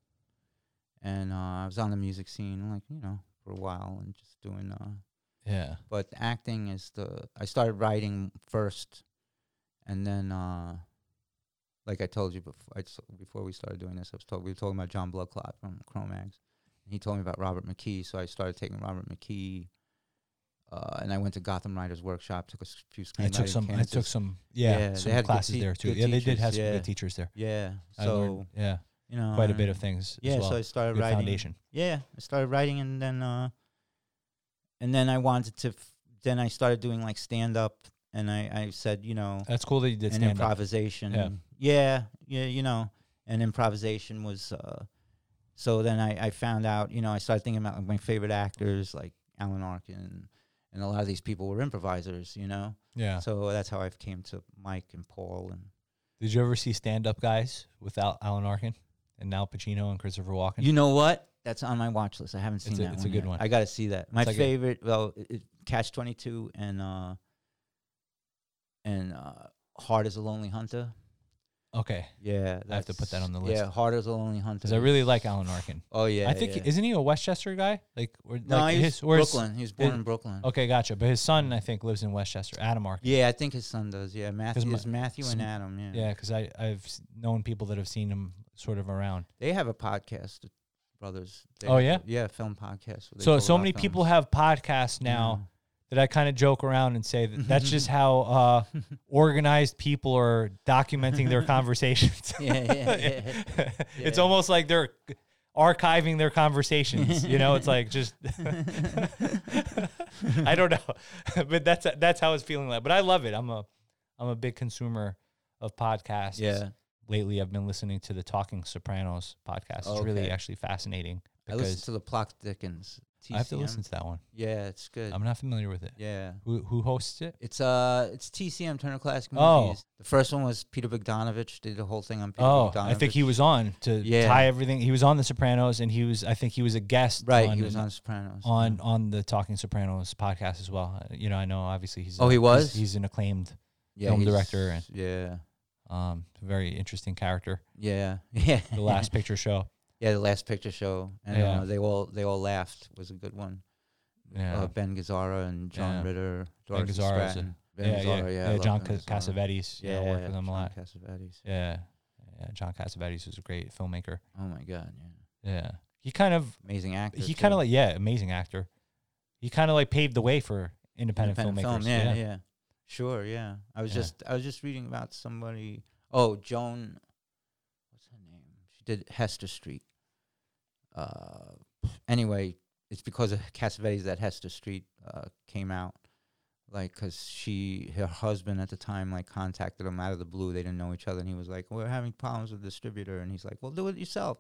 Speaker 3: and uh, I was on the music scene like you know for a while and just doing uh,
Speaker 2: Yeah.
Speaker 3: but acting is the I started writing first, and then uh, like I told you before, I s before we started doing this, I was talk, we were talking about John Bloodclot from Chromax. He told me about Robert McKee, so I started taking Robert McKee, uh, and I went to Gotham Writers Workshop, took a s- few
Speaker 2: I
Speaker 3: screenwriting
Speaker 2: took some I took
Speaker 3: classes.
Speaker 2: some yeah,
Speaker 3: Yeah, they
Speaker 2: some
Speaker 3: had good
Speaker 2: classes
Speaker 3: tea-
Speaker 2: there too.
Speaker 3: good
Speaker 2: Yeah, they did have
Speaker 3: teachers,
Speaker 2: some
Speaker 3: yeah.
Speaker 2: good teachers there.
Speaker 3: yeah,
Speaker 2: I learned
Speaker 3: so
Speaker 2: yeah,
Speaker 3: you know
Speaker 2: quite a bit
Speaker 3: and-
Speaker 2: of things
Speaker 3: yeah,
Speaker 2: as well.
Speaker 3: so I started
Speaker 2: good
Speaker 3: writing.
Speaker 2: foundation.
Speaker 3: Yeah, I started writing, and then uh, and then I wanted to. F- then I started doing like stand up, and I I said you know
Speaker 2: That's cool that you did
Speaker 3: and
Speaker 2: stand up.
Speaker 3: improvisation.
Speaker 2: Yeah.
Speaker 3: yeah, yeah, you know, and improvisation was. Uh, so then I, I found out, you know, I started thinking about like, my favorite actors like Alan Arkin, and a lot of these people were improvisers, you know.
Speaker 2: Yeah.
Speaker 3: So that's how I came to Mike and Paul and
Speaker 2: Did you ever see stand up guys without Alan Arkin and Al Pacino and Christopher Walken?
Speaker 3: You know what? That's on my watch list. I haven't seen
Speaker 2: It's a-
Speaker 3: that.
Speaker 2: it's a
Speaker 3: one
Speaker 2: good
Speaker 3: yet.
Speaker 2: one.
Speaker 3: I got to see that. My
Speaker 2: like a-
Speaker 3: favorite, well, it, it- Catch Twenty Two and uh and uh Hard as a Lonely Hunter.
Speaker 2: okay.
Speaker 3: Yeah,
Speaker 2: I have to put that
Speaker 3: that's-
Speaker 2: on the
Speaker 3: Yeah,
Speaker 2: list.
Speaker 3: Hard as a Lonely Hunter.
Speaker 2: Because I really like Alan Arkin.
Speaker 3: Oh yeah,
Speaker 2: I think
Speaker 3: yeah.
Speaker 2: isn't he a Westchester guy? Like or
Speaker 3: no,
Speaker 2: like
Speaker 3: he's
Speaker 2: his or his-
Speaker 3: Brooklyn. He was born
Speaker 2: his-
Speaker 3: in Brooklyn.
Speaker 2: Okay, gotcha. But his son I think lives in Westchester, Adam Arkin.
Speaker 3: Yeah, I think his son does. Yeah, Matthew
Speaker 2: my-
Speaker 3: is Matthew and
Speaker 2: some-
Speaker 3: Adam. Yeah.
Speaker 2: Yeah, because I I've s- known people that have seen him sort of around.
Speaker 3: they have a podcast, the brothers. They
Speaker 2: Oh,
Speaker 3: have a- yeah, film podcast. where they
Speaker 2: so
Speaker 3: talk
Speaker 2: so
Speaker 3: about
Speaker 2: many people
Speaker 3: films.
Speaker 2: have podcasts now that I kind of joke around and say that that's just how uh, organized people are documenting their conversations.
Speaker 3: Yeah, yeah, yeah.
Speaker 2: it's
Speaker 3: Yeah.
Speaker 2: almost like they're archiving their conversations. you know, it's like just I don't know, but that's that's how it's feeling like. But I love it. I'm a I'm a big consumer of podcasts.
Speaker 3: Yeah.
Speaker 2: lately I've been listening to the Talking Sopranos podcast. It's really
Speaker 3: Okay.
Speaker 2: actually fascinating
Speaker 3: I listen
Speaker 2: because
Speaker 3: to the Plock Dickens. TCM.
Speaker 2: I have to listen to that one.
Speaker 3: Yeah, it's good.
Speaker 2: I'm not familiar with it.
Speaker 3: yeah.
Speaker 2: Who who hosts it?
Speaker 3: It's uh, it's TCM Turner Classic Movies.
Speaker 2: Oh.
Speaker 3: The first one was Peter Bogdanovich did the whole thing on Peter
Speaker 2: Oh,
Speaker 3: Bogdanovich.
Speaker 2: I think he was on to
Speaker 3: Yeah.
Speaker 2: tie everything. He was on The Sopranos, and he was I think he was a guest.
Speaker 3: right.
Speaker 2: on,
Speaker 3: he was on Sopranos.
Speaker 2: on on the Talking Sopranos podcast as well. Uh, You know, I know obviously he's
Speaker 3: Oh, he
Speaker 2: he's-
Speaker 3: was?
Speaker 2: he's, an acclaimed,
Speaker 3: yeah,
Speaker 2: film
Speaker 3: he's-
Speaker 2: director and-
Speaker 3: yeah,
Speaker 2: um, very interesting character.
Speaker 3: yeah, yeah.
Speaker 2: The Last Picture
Speaker 3: Oh,
Speaker 2: Show.
Speaker 3: yeah, the last picture show, and
Speaker 2: Yeah.
Speaker 3: uh, they all they all laughed was a good one.
Speaker 2: Yeah,
Speaker 3: Uh, ben Gazzara and John
Speaker 2: Yeah.
Speaker 3: Ritter,
Speaker 2: Ben
Speaker 3: Dorothy
Speaker 2: Gazzara is a-
Speaker 3: Stratton. Ben
Speaker 2: yeah, yeah,
Speaker 3: Gazzara, I
Speaker 2: yeah.
Speaker 3: love
Speaker 2: John
Speaker 3: Ben
Speaker 2: Ca-
Speaker 3: Gazzara.
Speaker 2: Cassavetes. Yeah, I work with him a
Speaker 3: John
Speaker 2: lot.
Speaker 3: Cassavetes.
Speaker 2: Yeah. yeah, John Cassavetes is a great filmmaker.
Speaker 3: Oh my God, yeah,
Speaker 2: Yeah, he kind of
Speaker 3: amazing actor.
Speaker 2: he
Speaker 3: too.
Speaker 2: kind of like yeah, amazing actor. He kind of like paved the way for independent,
Speaker 3: Independent
Speaker 2: filmmakers.
Speaker 3: film, yeah, yeah. Sure, yeah. I was
Speaker 2: Yeah.
Speaker 3: just I was just reading about somebody. Oh, Joan, what's her name? She did Hester Street. Uh, anyway, it's because of Cassavetes that Hester Street uh, came out. Like, cause she, her husband at the time, like contacted them out of the blue. They didn't know each other, and he was like, "We're having problems with the distributor," and he's like, "Well, do it yourself."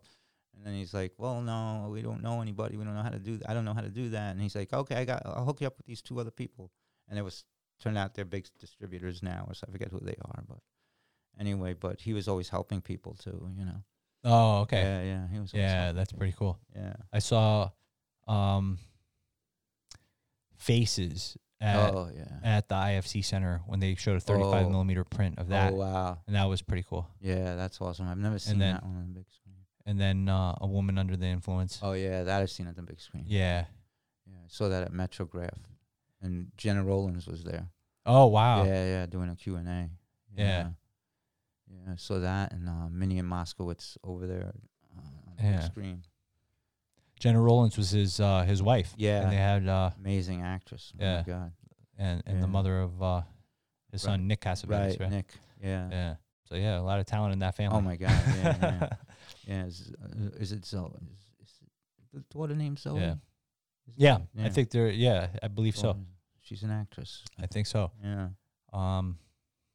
Speaker 3: And then he's like, "Well, no, we don't know anybody. We don't know how to do. I don't know how to do that." And he's like, "Okay, I got. I'll hook you up with these two other people." And it was turned out they're big distributors now, or so I forget who they are, but anyway, but he was always helping people too, you know.
Speaker 2: Oh, okay.
Speaker 3: Yeah, yeah, he was. always
Speaker 2: yeah,
Speaker 3: helping
Speaker 2: that's
Speaker 3: people.
Speaker 2: pretty cool.
Speaker 3: Yeah.
Speaker 2: I saw um, faces at,
Speaker 3: oh yeah.
Speaker 2: at the IFC Center when they showed a 35
Speaker 3: Oh.
Speaker 2: millimeter print of that,
Speaker 3: Oh wow.
Speaker 2: and that was pretty cool.
Speaker 3: Yeah, that's awesome. I've never seen
Speaker 2: then-
Speaker 3: that one on the big screen.
Speaker 2: And then uh, a woman under the influence.
Speaker 3: Oh yeah, that I've seen at the big screen.
Speaker 2: Yeah.
Speaker 3: Yeah, I saw that at Metrograph, and Jenna Rollins was there.
Speaker 2: Oh wow.
Speaker 3: Yeah, yeah, doing a Q and A.
Speaker 2: Yeah.
Speaker 3: Yeah, I saw that, and uh, Minnie and Moskowitz over there uh, on the
Speaker 2: Yeah.
Speaker 3: big screen.
Speaker 2: Jenna Rollins was his uh, his wife.
Speaker 3: Yeah.
Speaker 2: And they had uh,
Speaker 3: Amazing actress. Oh
Speaker 2: Yeah.
Speaker 3: my God.
Speaker 2: and and
Speaker 3: Yeah.
Speaker 2: the mother of uh, his
Speaker 3: Right.
Speaker 2: son Nick Cassavetes. Right.
Speaker 3: Right, Nick. Yeah.
Speaker 2: Yeah. So yeah, a lot of talent in that family.
Speaker 3: Uh-huh. Oh my God. Yeah. yeah. Yeah, is, uh, is it Zoe? Is, is it the daughter named Zoe?
Speaker 2: Yeah.
Speaker 3: Is it
Speaker 2: Yeah,
Speaker 3: Zoe?
Speaker 2: I think they're. Yeah, I believe so.
Speaker 3: Zoe. She's an actress.
Speaker 2: I think so.
Speaker 3: Yeah.
Speaker 2: Um,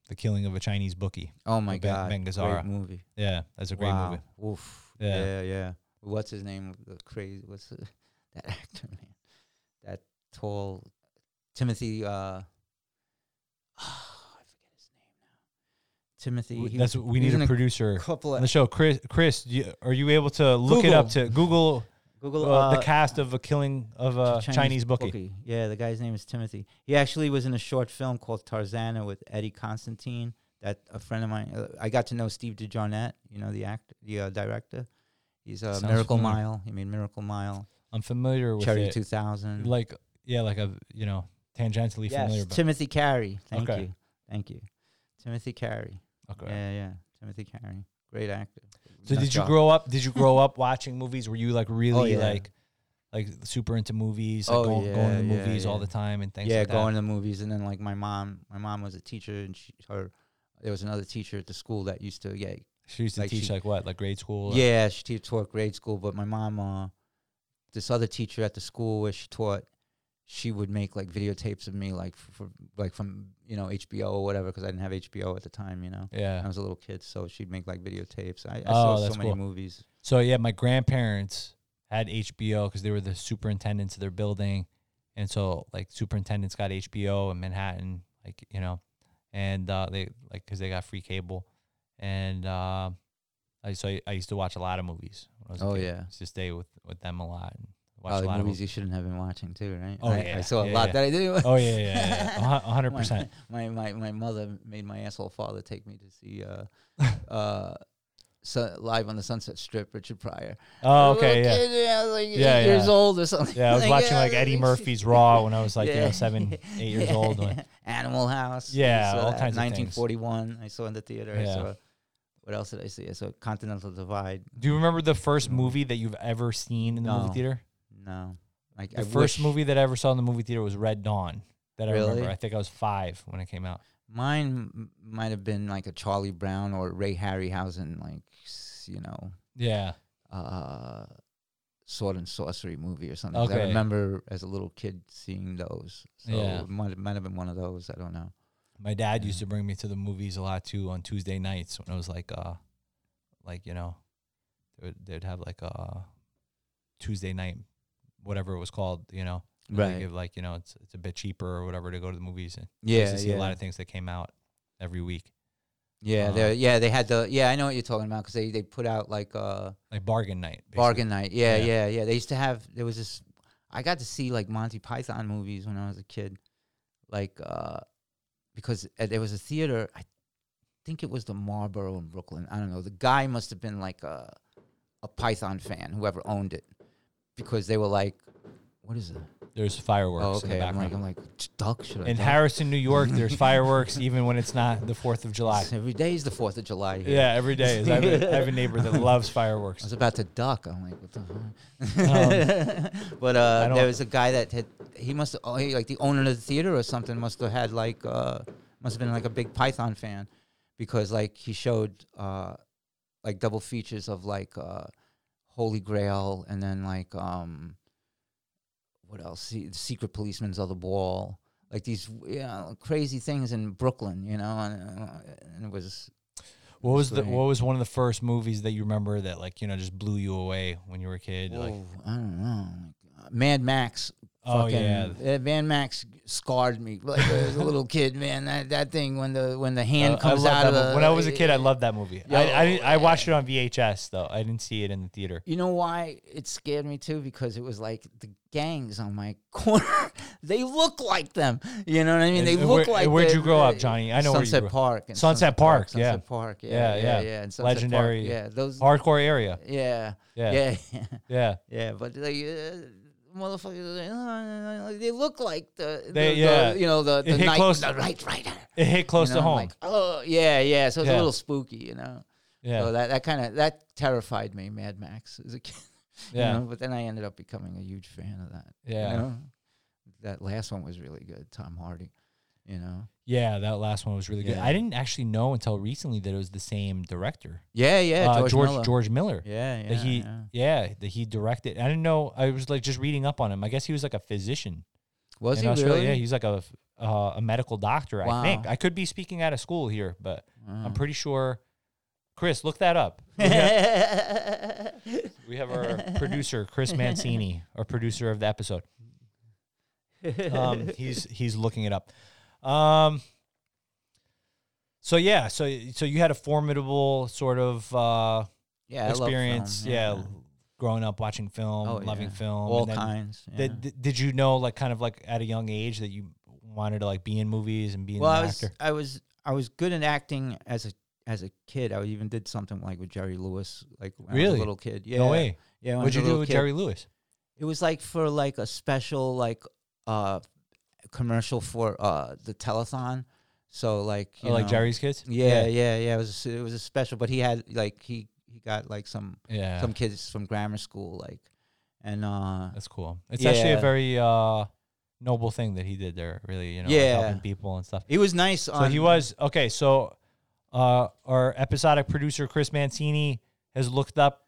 Speaker 2: the killing of a Chinese bookie.
Speaker 3: Oh my
Speaker 2: With Ben-
Speaker 3: God.
Speaker 2: Ben
Speaker 3: Great
Speaker 2: Gazzara.
Speaker 3: movie.
Speaker 2: Yeah, that's a great
Speaker 3: wow.
Speaker 2: movie.
Speaker 3: Oof.
Speaker 2: Yeah.
Speaker 3: Yeah. yeah, What's his name? The crazy. What's the, that actor man? That tall Timothy. Uh, I forget his name now. Timothy.
Speaker 2: W-
Speaker 3: he
Speaker 2: That's
Speaker 3: was-
Speaker 2: we
Speaker 3: he was
Speaker 2: need
Speaker 3: in
Speaker 2: a producer
Speaker 3: couple
Speaker 2: on
Speaker 3: of
Speaker 2: the show. Chris, Chris, do you, are you able to look it up to Google uh,
Speaker 3: Google uh,
Speaker 2: the cast of a killing of
Speaker 3: Ch-
Speaker 2: a uh, Chinese, bookie?
Speaker 3: Yeah, the guy's name is Timothy. He actually was in a short film called Tarzana with Eddie Constantine. That a friend of mine, uh, I got to know Steve DeJarnette, you know the act, the uh, director. He's a
Speaker 2: Sounds
Speaker 3: Miracle
Speaker 2: familiar.
Speaker 3: Mile. He made Miracle Mile,
Speaker 2: I'm familiar with
Speaker 3: Cherry
Speaker 2: it.
Speaker 3: Two Thousand.
Speaker 2: Like yeah, like a you know tangentially
Speaker 3: yes,
Speaker 2: familiar. But,
Speaker 3: Timothy Carey. Thank
Speaker 2: Okay.
Speaker 3: you, thank you, Timothy Carey.
Speaker 2: okay.
Speaker 3: Yeah, yeah, Timothy Carey, great actor.
Speaker 2: So
Speaker 3: Nut
Speaker 2: did you
Speaker 3: job.
Speaker 2: grow up? Did you grow up watching movies? Were you like really
Speaker 3: Oh, yeah.
Speaker 2: like like super into movies? Like
Speaker 3: Oh,
Speaker 2: going, going to the
Speaker 3: yeah, yeah,
Speaker 2: movies all
Speaker 3: yeah.
Speaker 2: the time and things.
Speaker 3: yeah,
Speaker 2: like that?
Speaker 3: going to the movies, and then like my mom, my mom was a teacher, and she, her, there was another teacher at the school that used to, yeah,
Speaker 2: She used to
Speaker 3: like
Speaker 2: teach
Speaker 3: she-
Speaker 2: like what, like grade school. or-
Speaker 3: Yeah, she te- taught grade school, but my mom, uh, this other teacher at the school where she taught, she would make like videotapes of me, like f- for like from you know HBO or whatever, because I didn't have HBO at the time, you know.
Speaker 2: yeah.
Speaker 3: I was a little kid, so she'd make like videotapes. I, I
Speaker 2: Oh,
Speaker 3: saw so
Speaker 2: that's
Speaker 3: many
Speaker 2: cool.
Speaker 3: movies.
Speaker 2: So yeah, my grandparents had HBO because they were the superintendents of their building, and so like superintendents got HBO in Manhattan, like you know, and uh, they like because they got free cable, and uh, I so I, I used to watch a lot of movies. When I was a
Speaker 3: Oh,
Speaker 2: kid.
Speaker 3: yeah.
Speaker 2: used to stay with with them a lot and watch
Speaker 3: Probably
Speaker 2: a lot
Speaker 3: movies
Speaker 2: of movies.
Speaker 3: you shouldn't have been watching too, right?
Speaker 2: Oh,
Speaker 3: I,
Speaker 2: yeah,
Speaker 3: I saw a
Speaker 2: yeah,
Speaker 3: lot
Speaker 2: yeah.
Speaker 3: that I didn't.
Speaker 2: Oh yeah, yeah, yeah, yeah. A hu- a hundred
Speaker 3: My-
Speaker 2: percent.
Speaker 3: My, my my mother made my asshole father take me to see uh, uh, Sun live on the Sunset Strip, Richard Pryor.
Speaker 2: Oh okay, yeah.
Speaker 3: yeah. I was like
Speaker 2: Yeah,
Speaker 3: eight years
Speaker 2: yeah.
Speaker 3: old or something.
Speaker 2: Yeah, I was
Speaker 3: Like,
Speaker 2: watching
Speaker 3: yeah,
Speaker 2: like Eddie
Speaker 3: it's-
Speaker 2: Murphy's Raw when I was like you know
Speaker 3: Yeah.
Speaker 2: seven, eight years old. Like,
Speaker 3: Animal House. I
Speaker 2: Yeah,
Speaker 3: saw
Speaker 2: all
Speaker 3: that.
Speaker 2: kinds of things.
Speaker 3: 1941. I saw in the theater.
Speaker 2: Yeah.
Speaker 3: I saw. What else did I see? I saw Continental Divide.
Speaker 2: do you remember the first
Speaker 3: No.
Speaker 2: movie that you've ever seen in the
Speaker 3: No.
Speaker 2: movie theater?
Speaker 3: No, like
Speaker 2: The
Speaker 3: I
Speaker 2: first
Speaker 3: wish-
Speaker 2: movie that I ever saw in the movie theater was Red Dawn. That I remember.
Speaker 3: Really?
Speaker 2: I think I was five when it came out.
Speaker 3: Mine m- might have been like a Charlie Brown or Ray Harryhausen, like s- you know,
Speaker 2: Yeah.
Speaker 3: uh, sword and sorcery movie or something. 'Cause I
Speaker 2: Okay.
Speaker 3: remember as a little kid seeing those. So
Speaker 2: Yeah.
Speaker 3: it might, might have been one of those. I don't know.
Speaker 2: My dad used
Speaker 3: Yeah.
Speaker 2: to bring me to the movies a lot too on Tuesday nights when I was like, uh, like you know, they would, they'd have like a Tuesday night, whatever it was called, you know. and They
Speaker 3: Right.
Speaker 2: give like you know it's it's a bit cheaper or whatever to go to the movies and I used
Speaker 3: Yeah,
Speaker 2: to see
Speaker 3: yeah.
Speaker 2: a lot of things that came out every week,
Speaker 3: Yeah,
Speaker 2: Uh,
Speaker 3: they yeah they had the yeah I know what you're talking about because they they put out like uh
Speaker 2: like bargain night. basically.
Speaker 3: bargain night yeah,
Speaker 2: Yeah.
Speaker 3: yeah yeah they used to have there was this I got to see like Monty Python movies when I was a kid like uh because uh, there was a theater I think it was the Marlboro in Brooklyn I don't know the guy must have been like a a Python fan whoever owned it because they were like what is it
Speaker 2: There's fireworks
Speaker 3: oh
Speaker 2: in the
Speaker 3: okay I'm
Speaker 2: background.
Speaker 3: like I'm like duck should I
Speaker 2: in
Speaker 3: duck?"
Speaker 2: Harrison, New York, there's fireworks even when it's not the Fourth of July.
Speaker 3: every day is the Fourth of July here.
Speaker 2: Yeah, every day. Is, I, have a, I have a neighbor that loves fireworks.
Speaker 3: I was about to duck. I'm like, what the fuck? but
Speaker 2: Um, I
Speaker 3: uh,
Speaker 2: don't-
Speaker 3: there was a guy that had, he must, oh, he, like the owner of the theater or something, must have had like uh, must have been like a big Python fan because like he showed uh, like double features of like uh, Holy Grail and then like um, what else? Se- Secret Policeman's Other Wall. Like these yeah, crazy things in Brooklyn, you know, and, uh, and it was
Speaker 2: What was the
Speaker 3: Right.
Speaker 2: What was one of the first movies that you remember that like you know just blew you away when you were a kid? Like
Speaker 3: Whoa, oh, I don't know. Like, uh, Mad Max.
Speaker 2: Oh,
Speaker 3: fucking-
Speaker 2: yeah.
Speaker 3: uh, Mad Max scarred me like as a little kid, man. That that thing when the when the hand
Speaker 2: Uh, I- I
Speaker 3: comes
Speaker 2: loved
Speaker 3: out of
Speaker 2: that
Speaker 3: the,
Speaker 2: mo- when I was a kid, I loved that movie.
Speaker 3: Yo,
Speaker 2: I, I didn't- I watched it on VHS though. I didn't see it in the theater.
Speaker 3: You know why it scared me too? Because it was like the gangs on my corner. they look like them. You know what I mean?
Speaker 2: And-
Speaker 3: They
Speaker 2: and
Speaker 3: look
Speaker 2: where-
Speaker 3: like.
Speaker 2: and where'd
Speaker 3: the- uh,
Speaker 2: you grow up, Johnny? I know where you
Speaker 3: Sunset
Speaker 2: grew up.
Speaker 3: Park. and
Speaker 2: Sunset Park, yeah.
Speaker 3: Sunset Park. Yeah,
Speaker 2: Yeah,
Speaker 3: yeah,
Speaker 2: yeah.
Speaker 3: yeah. and Sunset Park,
Speaker 2: Legendary.
Speaker 3: yeah, those.
Speaker 2: Hardcore area.
Speaker 3: Yeah,
Speaker 2: Yeah.
Speaker 3: yeah, yeah.
Speaker 2: Yeah,
Speaker 3: Yeah, but like uh, motherfuckers, like, "Ah," like, they look like the,
Speaker 2: They-
Speaker 3: the- the,
Speaker 2: yeah.
Speaker 3: you know the
Speaker 2: It
Speaker 3: the
Speaker 2: hit
Speaker 3: night
Speaker 2: close-
Speaker 3: the Knight Rider.
Speaker 2: it hit
Speaker 3: you
Speaker 2: close
Speaker 3: know,
Speaker 2: to home.
Speaker 3: Like oh yeah, yeah. So it's
Speaker 2: Yeah.
Speaker 3: a little spooky, you know.
Speaker 2: yeah,
Speaker 3: So that that kind of that terrified me, Mad Max as a kid.
Speaker 2: Yeah.
Speaker 3: You know? But then I ended up becoming a huge fan of that.
Speaker 2: Yeah.
Speaker 3: You know? That last one was really good, Tom Hardy. You know.
Speaker 2: yeah. That last one was really good.
Speaker 3: Yeah.
Speaker 2: I didn't actually know until recently that it was the same director,
Speaker 3: Yeah, yeah.
Speaker 2: uh,
Speaker 3: George
Speaker 2: George
Speaker 3: Miller.
Speaker 2: George Miller.
Speaker 3: Yeah, yeah.
Speaker 2: that he
Speaker 3: yeah.
Speaker 2: yeah. that he directed. I didn't know. I was like just reading up on him. I guess he was like a physician
Speaker 3: Was
Speaker 2: in
Speaker 3: he
Speaker 2: Australia.
Speaker 3: really?
Speaker 2: Yeah, he's like a f- uh, a medical doctor. I
Speaker 3: Wow. Hmm.
Speaker 2: think I could be speaking out of school here, but
Speaker 3: Wow.
Speaker 2: I'm pretty sure. Chris, look that up. We have our producer Chris Mancini, our producer of the episode. Um, he's he's looking it up. Um, so yeah, so so you had a formidable sort of uh,
Speaker 3: yeah, I love film,
Speaker 2: experience, yeah, growing up watching film,
Speaker 3: Oh,
Speaker 2: loving
Speaker 3: yeah.
Speaker 2: film,
Speaker 3: all
Speaker 2: and then
Speaker 3: kinds. yeah.
Speaker 2: Did, did- did you know like kind of like at a young age that you wanted to like be in movies and be
Speaker 3: well,
Speaker 2: an
Speaker 3: I was,
Speaker 2: actor?
Speaker 3: I was I was good at acting as a as a kid. I even did something like with Jerry Lewis, like when I was
Speaker 2: Really?
Speaker 3: a little kid. Yeah,
Speaker 2: No way.
Speaker 3: Yeah, when I
Speaker 2: What'd
Speaker 3: was a
Speaker 2: you do
Speaker 3: little
Speaker 2: with
Speaker 3: kid.
Speaker 2: Jerry Lewis?
Speaker 3: It was like for like a special like uh commercial for uh the telethon. So like
Speaker 2: Oh,
Speaker 3: you
Speaker 2: like
Speaker 3: know,
Speaker 2: Jerry's kids?
Speaker 3: Yeah, yeah, yeah. It was it was a special, but he had like he he got like some
Speaker 2: Yeah.
Speaker 3: some kids from grammar school like, and uh
Speaker 2: That's cool. It's actually a
Speaker 3: Yeah.
Speaker 2: very uh, noble thing that he did there, really, you know, like,
Speaker 3: Yeah.
Speaker 2: helping people and stuff.
Speaker 3: he was nice.
Speaker 2: So he
Speaker 3: on-
Speaker 2: was okay, so uh, our episodic producer Chris Mancini has looked up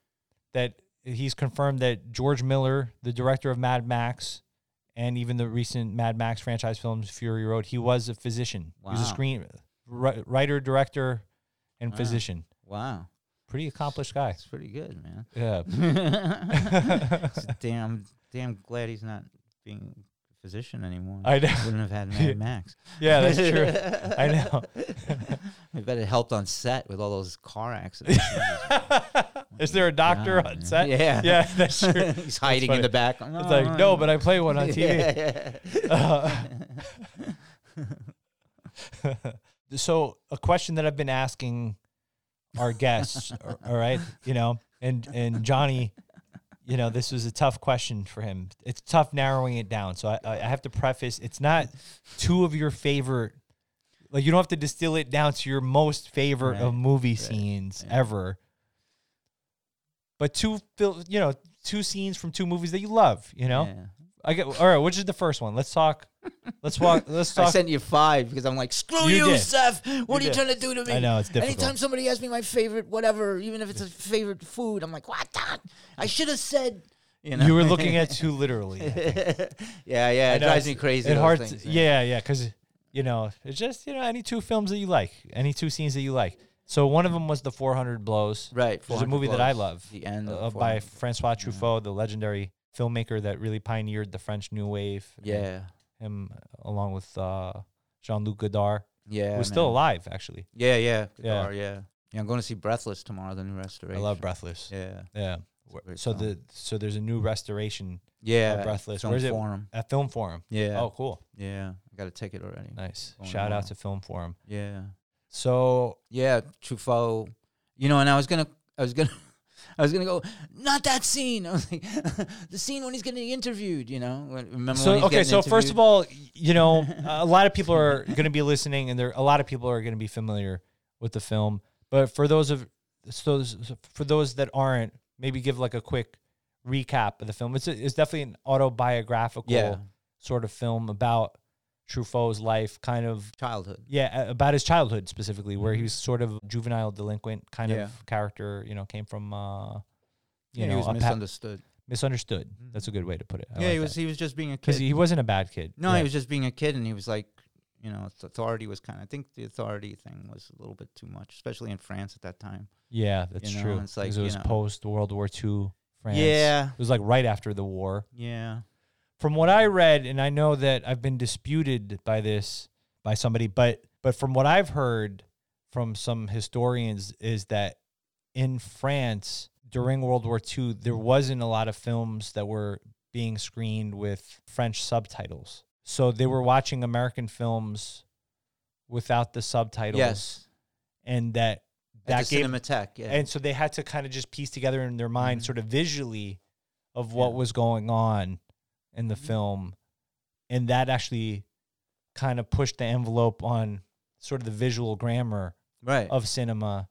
Speaker 2: that he's confirmed that George Miller, the director of Mad Max and even the recent Mad Max franchise films Fury Road, he was a physician. He was a
Speaker 3: Wow.
Speaker 2: screen wri- writer, director and
Speaker 3: Wow.
Speaker 2: physician.
Speaker 3: wow.
Speaker 2: Pretty accomplished guy.
Speaker 3: That's pretty good, man.
Speaker 2: Yeah.
Speaker 3: It's damn, damn glad he's not being a physician anymore.
Speaker 2: I know.
Speaker 3: wouldn't have had Mad Max.
Speaker 2: Yeah, that's true. I know.
Speaker 3: I bet it helped on set with all those car accidents.
Speaker 2: Is there a doctor
Speaker 3: God,
Speaker 2: on
Speaker 3: man.
Speaker 2: set?
Speaker 3: Yeah.
Speaker 2: Yeah, that's true.
Speaker 3: he's hiding
Speaker 2: funny.
Speaker 3: in the back. No,
Speaker 2: It's like, no, but I play one on TV.
Speaker 3: TV.
Speaker 2: Uh, so a question that I've been asking our guests, a- all right, you know, and and Johnny, you know, this was a tough question for him. It's tough narrowing it down. So I, I have to preface, it's not two of your favorite. Like you don't have to distill it down to your most favorite of
Speaker 3: Right,
Speaker 2: movie scenes ever, but two, fil- you know, two scenes from two movies that you love. You know, I get all right. Which is the first one? Let's talk. Let's walk. Let's
Speaker 3: I
Speaker 2: talk.
Speaker 3: sent you five because I'm like, screw
Speaker 2: You
Speaker 3: you,
Speaker 2: did.
Speaker 3: Seth. What
Speaker 2: You
Speaker 3: are you
Speaker 2: did.
Speaker 3: trying to do to me?
Speaker 2: I know, it's difficult.
Speaker 3: Anytime somebody asks me my favorite, whatever, even if it's a favorite food, I'm like, what? the- I should have said. know?
Speaker 2: You were looking at two literally. I think.
Speaker 3: yeah, yeah,
Speaker 2: I
Speaker 3: it
Speaker 2: know
Speaker 3: drives
Speaker 2: it's-
Speaker 3: me crazy.
Speaker 2: It
Speaker 3: those
Speaker 2: hard.
Speaker 3: things, man.
Speaker 2: yeah, yeah, because you know it's just you know any two films that you like, any two scenes that you like. So one of them was the 400 Blows,
Speaker 3: right.
Speaker 2: Which is a
Speaker 3: 400
Speaker 2: movie that I
Speaker 3: Blows,
Speaker 2: love,
Speaker 3: The end
Speaker 2: uh,
Speaker 3: of
Speaker 2: by
Speaker 3: 400.
Speaker 2: Francois Truffaut, the legendary filmmaker that really pioneered the French New Wave. and
Speaker 3: Yeah,
Speaker 2: him along with uh, Jean Luc Godard,
Speaker 3: yeah.
Speaker 2: who's still
Speaker 3: man.
Speaker 2: alive actually.
Speaker 3: Yeah, yeah,
Speaker 2: Yeah.
Speaker 3: Godard, yeah, yeah. I'm going to see Breathless tomorrow, the new restoration.
Speaker 2: I love Breathless.
Speaker 3: Yeah,
Speaker 2: Yeah.
Speaker 3: a great
Speaker 2: So
Speaker 3: film.
Speaker 2: the so there's a new restoration
Speaker 3: yeah.
Speaker 2: Breathless.
Speaker 3: it's on
Speaker 2: Where's it?
Speaker 3: Forum.
Speaker 2: at Film Forum.
Speaker 3: Yeah.
Speaker 2: Oh, cool.
Speaker 3: Yeah, I got a ticket already.
Speaker 2: Nice.
Speaker 3: Going
Speaker 2: Shout out
Speaker 3: well.
Speaker 2: to Film Forum.
Speaker 3: Yeah.
Speaker 2: So
Speaker 3: Yeah, Truffaut. You know, and I was gonna, I was gonna, I was gonna go. Not that scene. I was like, the scene when he's getting interviewed. You know, when, remember?
Speaker 2: So
Speaker 3: when he's
Speaker 2: okay,
Speaker 3: getting
Speaker 2: so first
Speaker 3: interviewed?
Speaker 2: of all, you know, a lot of people are going to be listening, and there a lot of people are going to be familiar with the film. But for those of so for those that aren't, maybe give like a quick recap of the film. It's a, it's definitely an autobiographical
Speaker 3: Yeah.
Speaker 2: sort of film about Truffaut's life, kind of
Speaker 3: childhood.
Speaker 2: yeah, a- about his childhood specifically, where he was sort of juvenile delinquent kind
Speaker 3: Mm-hmm. Yeah.
Speaker 2: of character. You know, came from uh, you
Speaker 3: yeah,
Speaker 2: know
Speaker 3: he was
Speaker 2: a pa-
Speaker 3: misunderstood.
Speaker 2: misunderstood. That's a good way to put it.
Speaker 3: Mm-hmm. yeah, he was. He was just being a kid.
Speaker 2: because he wasn't a bad kid.
Speaker 3: no,
Speaker 2: Yeah.
Speaker 3: he was just being a kid, and he was like, you know, th- authority was kind. of I think the authority thing was a little bit too much, especially in France at that time.
Speaker 2: Yeah, that's
Speaker 3: You know,
Speaker 2: true.
Speaker 3: it's like,
Speaker 2: 'Cause it
Speaker 3: you
Speaker 2: was
Speaker 3: know.
Speaker 2: post World War II France.
Speaker 3: Yeah,
Speaker 2: It was like right after the war.
Speaker 3: yeah.
Speaker 2: From what I read, and I know that I've been disputed by this by somebody, but but from what I've heard from some historians is that in France during World War II, there wasn't a lot of films that were being screened with French subtitles. So they were watching American films without the subtitles.
Speaker 3: Yes,
Speaker 2: And that that
Speaker 3: at the
Speaker 2: gave
Speaker 3: Cinematheque. Yeah,
Speaker 2: and so they had to kind of just piece together in their mind,
Speaker 3: Mhm.
Speaker 2: sort of visually, of what
Speaker 3: Yeah.
Speaker 2: was going on in the
Speaker 3: Mhm.
Speaker 2: film. And that actually kind of pushed the envelope on sort of the visual grammar
Speaker 3: right.
Speaker 2: of cinema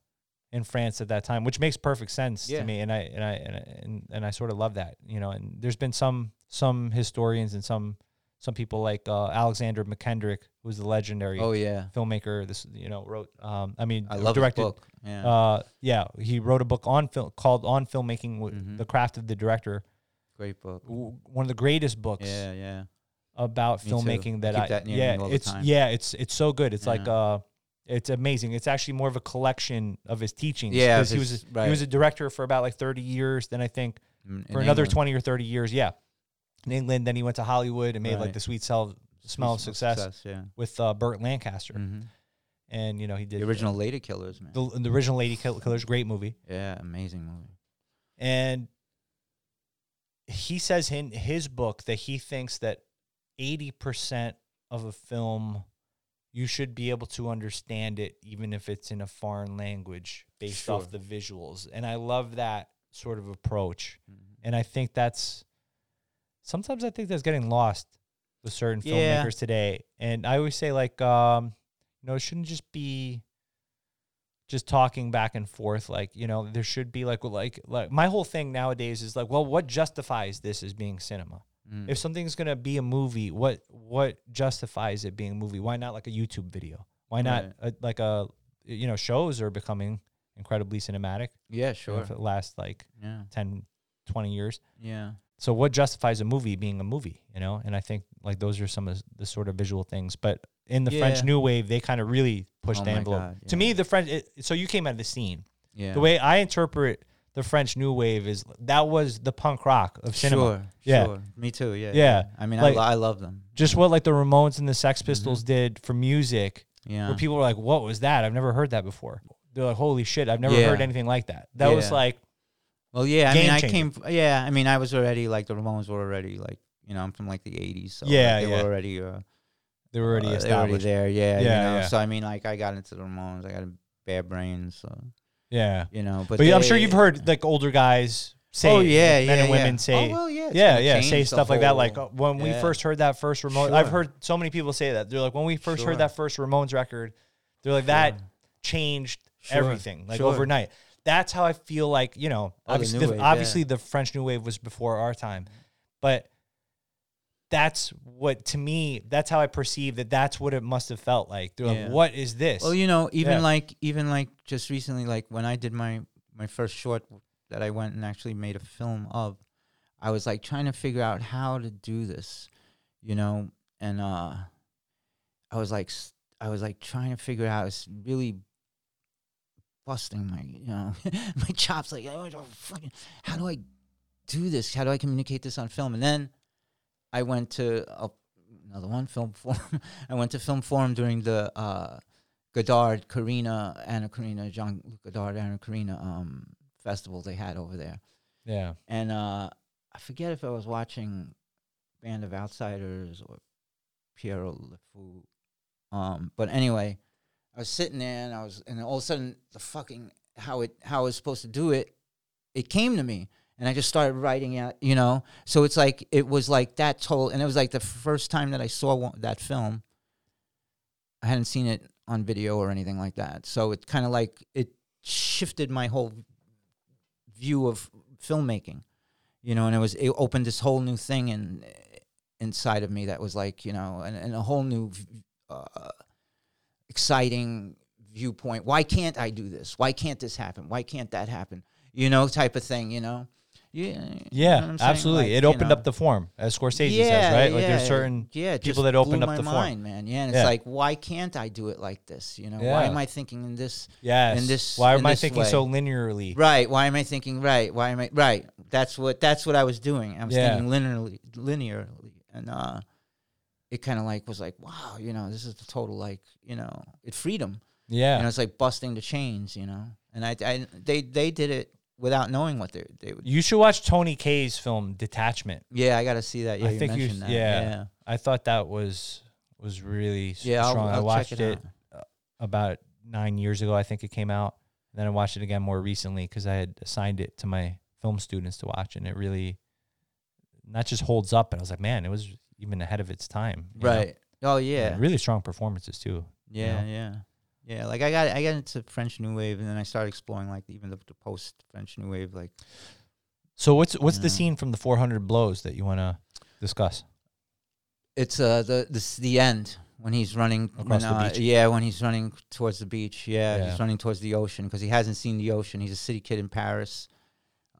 Speaker 2: in France at that time, which makes perfect sense
Speaker 3: Yeah.
Speaker 2: to me. And I and I and, I- and and I sort of love that, you know. And there's been some some historians and some some people like uh, Alexander McKendrick, who's the legendary
Speaker 3: oh yeah,
Speaker 2: filmmaker. This you know wrote. Um, I mean,
Speaker 3: I love
Speaker 2: directed
Speaker 3: his book. Yeah,
Speaker 2: uh, yeah, he wrote a book on film called "On Filmmaking: with
Speaker 3: Mhm.
Speaker 2: The Craft of the Director,"
Speaker 3: great book.
Speaker 2: w- one of the greatest books
Speaker 3: Yeah, yeah.
Speaker 2: about
Speaker 3: Me too.
Speaker 2: filmmaking that
Speaker 3: Keep
Speaker 2: I
Speaker 3: that near
Speaker 2: yeah,
Speaker 3: me all the
Speaker 2: it's
Speaker 3: time.
Speaker 2: yeah, it's it's so good. It's like
Speaker 3: Yeah.
Speaker 2: uh, it's amazing. It's actually more of a collection of his teachings.
Speaker 3: Yeah, of
Speaker 2: 'cause he was
Speaker 3: his-
Speaker 2: he
Speaker 3: right.
Speaker 2: was a director for about like thirty years. Then I think
Speaker 3: In- in
Speaker 2: for another
Speaker 3: England.
Speaker 2: twenty or thirty years, yeah, in England. Then he went to Hollywood and made like
Speaker 3: Right.
Speaker 2: the sweet smell smell of
Speaker 3: Smell
Speaker 2: success,
Speaker 3: yeah.
Speaker 2: with uh, Burt Lancaster,
Speaker 3: Mhm.
Speaker 2: and you know he did uh,
Speaker 3: The original Lady Killers, man.
Speaker 2: the, the original Lady Kill- Killers, great movie.
Speaker 3: yeah, amazing movie.
Speaker 2: And he says in his book that he thinks that 80% of a film, you should be able to understand it, even if it's in a foreign language, based off
Speaker 3: Sure.
Speaker 2: the visuals. And I love that sort of approach.
Speaker 3: Mhm.
Speaker 2: And I think that's sometimes I think that's getting lost with certain
Speaker 3: Yeah.
Speaker 2: filmmakers today. And I always say, like, um, you know, it shouldn't just be just talking back and forth. Like, you know, there should be like, like, like my whole thing nowadays is like, well, what justifies this as being cinema?
Speaker 3: Mm.
Speaker 2: If something's gonna be a movie, what what justifies it being a movie? Why not like a YouTube video? Why not
Speaker 3: Right.
Speaker 2: uh like a you know shows are becoming incredibly cinematic.
Speaker 3: yeah,
Speaker 2: you know,
Speaker 3: sure.
Speaker 2: if it lasts like
Speaker 3: Yeah,
Speaker 2: 10, 20 years
Speaker 3: yeah.
Speaker 2: so what justifies a movie being a movie you know and i think like those are some of the sort of visual things but in the french
Speaker 3: Yeah.
Speaker 2: new wave they kind of really pushed
Speaker 3: Oh
Speaker 2: the
Speaker 3: my
Speaker 2: envelope
Speaker 3: God,
Speaker 2: to
Speaker 3: yeah.
Speaker 2: me the french it, so you came out of the scene
Speaker 3: Yeah.
Speaker 2: the way i interpret the french new wave is that was the punk rock of cinema
Speaker 3: Sure,
Speaker 2: Yeah.
Speaker 3: sure. Me too. Yeah.
Speaker 2: Yeah,
Speaker 3: I mean,
Speaker 2: like-
Speaker 3: I, lo- I love them.
Speaker 2: just what like the ramones and the sex pistols did for music
Speaker 3: Mm-hmm. Yeah.
Speaker 2: where people were like what was that i've never heard that before they're like holy shit i've never
Speaker 3: Yeah.
Speaker 2: heard anything like that that was
Speaker 3: Yeah.
Speaker 2: like
Speaker 3: well, yeah. I
Speaker 2: Game
Speaker 3: mean, I
Speaker 2: changer.
Speaker 3: came. f- Yeah. I mean, I was already like the Ramones were already like you know I'm from like the '80s. So like,
Speaker 2: Yeah,
Speaker 3: They
Speaker 2: yeah.
Speaker 3: were already. Uh,
Speaker 2: they were already
Speaker 3: uh, they were already
Speaker 2: established
Speaker 3: there. Yeah.
Speaker 2: Yeah,
Speaker 3: You know?
Speaker 2: yeah.
Speaker 3: So I mean, like I got into the Ramones. I got a bad brain. So
Speaker 2: yeah
Speaker 3: you know, but,
Speaker 2: but, yeah, i'm sure
Speaker 3: they-
Speaker 2: you've heard like older guys say
Speaker 3: oh yeah,
Speaker 2: men
Speaker 3: yeah,
Speaker 2: and women
Speaker 3: yeah.
Speaker 2: say
Speaker 3: Oh, well, yeah. it's
Speaker 2: yeah,
Speaker 3: gonna
Speaker 2: yeah. Say
Speaker 3: change the
Speaker 2: stuff like that. Like uh,
Speaker 3: whole-
Speaker 2: when we
Speaker 3: yeah.
Speaker 2: first heard that first Ramones, I've
Speaker 3: Sure.
Speaker 2: heard so many people say that. They're like, when we first heard that first Ramones record, they're like, that changed
Speaker 3: Sure.
Speaker 2: everything, like
Speaker 3: Sure.
Speaker 2: overnight. That's how I feel like you know.
Speaker 3: the
Speaker 2: Obviously,
Speaker 3: new
Speaker 2: the,
Speaker 3: wave, yeah.
Speaker 2: obviously the French New Wave was before our time, but that's what to me. That's how I perceive that. That's what it must have felt like. They're
Speaker 3: Yeah.
Speaker 2: like, what is this?
Speaker 3: Well, you know, even
Speaker 2: Yeah.
Speaker 3: like even like just recently, like when I did my my first short that I went and actually made a film of, I was like trying to figure out how to do this, you know, and uh, I was like s- I was like trying to figure it out. It's really busting my you know my chops. Like "Oh, oh, fucking, how do I do this? How do I communicate this on film? And then I went to a, another one film forum. I went to film forum during the. Uh, Godard, Karina, Anna Karina, Jean Luc Godard, Anna Karina um, festival they had over there.
Speaker 2: yeah,
Speaker 3: And uh, I forget if I was watching Band of Outsiders or Piero LeFou. Um, but anyway, I was sitting there and I was, and all of a sudden, the fucking how it how I was supposed to do it, it came to me, and I just started writing out, you know. So it's like it was like that total, and it was like the first time that I saw one, that film. I hadn't seen it on video or anything like that, so it kind of like it shifted my whole view of filmmaking, you know, and it was it opened this whole new thing, and inside of me that was like you know, and, and a whole new, uh, exciting viewpoint. Why can't I do this? Why can't this happen? Why can't that happen? You know, type of thing. You know, yeah, you know what
Speaker 2: Yeah,
Speaker 3: I'm saying?
Speaker 2: absolutely.
Speaker 3: Like,
Speaker 2: it
Speaker 3: you
Speaker 2: opened
Speaker 3: know.
Speaker 2: up the form, as Scorsese says, right? Like there's certain
Speaker 3: yeah, it
Speaker 2: people
Speaker 3: just
Speaker 2: that opened
Speaker 3: blew
Speaker 2: up
Speaker 3: my
Speaker 2: the form.
Speaker 3: mind, man. Yeah, and it's
Speaker 2: Yeah.
Speaker 3: like, why can't I do it like this? You know, why
Speaker 2: Yeah.
Speaker 3: am I thinking in this?
Speaker 2: Yes.
Speaker 3: in this-
Speaker 2: Why am
Speaker 3: in
Speaker 2: I
Speaker 3: this
Speaker 2: thinking
Speaker 3: way.
Speaker 2: so linearly?
Speaker 3: Right? Why am I thinking right? Why am I right? That's what that's what I was doing. I was
Speaker 2: Yeah.
Speaker 3: thinking linearly, linearly, and uh, it kind of like was like, wow, you know, this is the total like, you know, it freedom.
Speaker 2: Yeah.
Speaker 3: You know, it's like busting the chains, you know. And I, I they they did it without knowing what they they would.
Speaker 2: you should watch Tony K's film Detachment.
Speaker 3: Yeah, I got to see that. Yeah,
Speaker 2: I
Speaker 3: you
Speaker 2: think you,
Speaker 3: mentioned that.
Speaker 2: yeah,
Speaker 3: yeah,
Speaker 2: I thought that was was really s-
Speaker 3: Yeah, I'll-
Speaker 2: strong. i
Speaker 3: I'll check
Speaker 2: watched
Speaker 3: it
Speaker 2: it,
Speaker 3: out.
Speaker 2: uh, about nine years ago. I think it came out. And then I watched it again more recently because I had assigned it to my film students to watch, and it really not just holds up. And I was like, man, it was even ahead of its time. you know?
Speaker 3: right. Oh
Speaker 2: And
Speaker 3: yeah,
Speaker 2: really strong performances too. you
Speaker 3: Yeah,
Speaker 2: know?
Speaker 3: yeah, yeah. Like I got I got into French New Wave, and then I started exploring like even the, the post French New Wave. Like
Speaker 2: So what's what's
Speaker 3: Yeah.
Speaker 2: the scene from the 400 blows that you want to discuss?
Speaker 3: it's uh the this the end when he's running
Speaker 2: Across
Speaker 3: when,
Speaker 2: the
Speaker 3: uh,
Speaker 2: beach.
Speaker 3: Yeah, when he's running towards the beach. Yeah, he's
Speaker 2: Yeah.
Speaker 3: running towards the ocean because he hasn't seen the ocean. He's a city kid in Paris.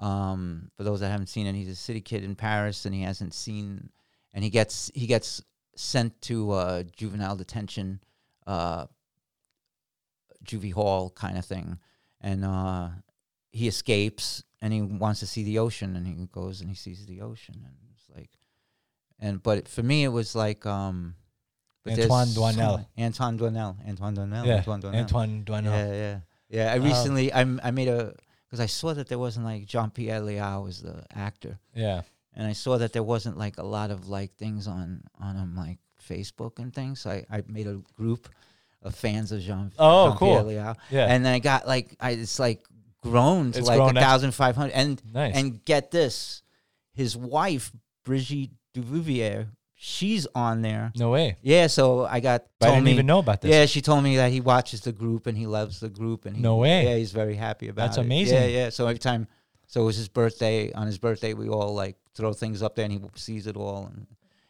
Speaker 3: Um, for those that haven't seen it, he's a city kid in Paris, and he hasn't seen. And he gets he gets sent to uh, juvenile detention, uh, juvie hall kind of thing, and uh, he escapes and he wants to see the ocean, and he goes and he sees the ocean, and it's like, and but for me it was like um, but there's
Speaker 2: Antoine
Speaker 3: so
Speaker 2: Doinel.
Speaker 3: much- Antoine Doinel, Antoine Doinel,
Speaker 2: yeah,
Speaker 3: Antoine Doinel,
Speaker 2: Antoine Duanel.
Speaker 3: yeah, yeah, yeah. I
Speaker 2: Um,
Speaker 3: recently I'm- I made a because I saw that there wasn't like Jean Pierre Liao was the actor
Speaker 2: yeah.
Speaker 3: and I saw that there wasn't like a lot of like things on on um, like Facebook and things. So I, I made a group of fans of Jean.
Speaker 2: Oh,
Speaker 3: Jean-Pierre
Speaker 2: cool.
Speaker 3: Liao.
Speaker 2: Yeah.
Speaker 3: And then I got like I it's like grown to
Speaker 2: It's
Speaker 3: like
Speaker 2: grown
Speaker 3: a
Speaker 2: up.
Speaker 3: thousand five hundred. And
Speaker 2: Nice.
Speaker 3: and get this, his wife Brigitte Duvivier, she's on there.
Speaker 2: no way.
Speaker 3: Yeah. So I got.
Speaker 2: But I
Speaker 3: told
Speaker 2: didn't
Speaker 3: me-
Speaker 2: even know about this.
Speaker 3: Yeah, she told me that he watches the group and he loves the group and he,
Speaker 2: No way.
Speaker 3: Yeah, he's very happy about
Speaker 2: That's
Speaker 3: it.
Speaker 2: amazing.
Speaker 3: Yeah, yeah. So every time, so it was his birthday. On his birthday, we all like throw things up there and he sees it all and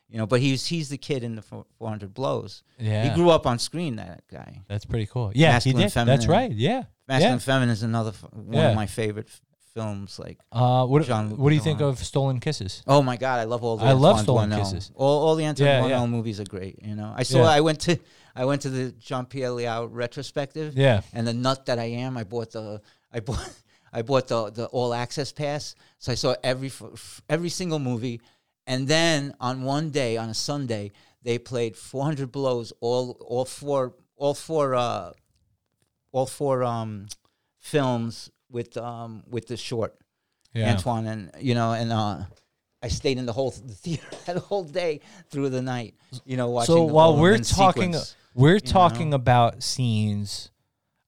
Speaker 3: you know. But he's he's the kid in the four hundred blows.
Speaker 2: Yeah.
Speaker 3: He grew up on screen. That guy,
Speaker 2: That's pretty cool. Yeah,
Speaker 3: Masculine,
Speaker 2: he did. That's
Speaker 3: feminine.
Speaker 2: right. Yeah.
Speaker 3: Masculine Feminine is another f- one
Speaker 2: Yeah.
Speaker 3: of my favorite f- films. Like,
Speaker 2: yeah. Uh, what
Speaker 3: Jean-Luc
Speaker 2: What do you think
Speaker 3: Godard.
Speaker 2: of Stolen Kisses?
Speaker 3: oh my god, I love all the.
Speaker 2: I love
Speaker 3: Antoine
Speaker 2: Stolen
Speaker 3: Doinel.
Speaker 2: Kisses.
Speaker 3: All, all the Antoine
Speaker 2: Yeah,
Speaker 3: Doinel
Speaker 2: yeah.
Speaker 3: movies are great. You know, I saw.
Speaker 2: Yeah.
Speaker 3: I went to I went to the Jean Pierre Liao retrospective.
Speaker 2: Yeah.
Speaker 3: and the nut that I am, I bought the I bought I bought the the all access pass, so I saw every f- f- every single movie, and then on one day on a Sunday they played 400 blows all all four all four uh all four um films with um with the short
Speaker 2: Yeah.
Speaker 3: Antoine and you know and uh. I stayed in the whole th- the theater that whole day through the night, you know, watching.
Speaker 2: So
Speaker 3: the
Speaker 2: while
Speaker 3: whole
Speaker 2: we're
Speaker 3: in
Speaker 2: talking,
Speaker 3: sequence.
Speaker 2: we're talking about scenes.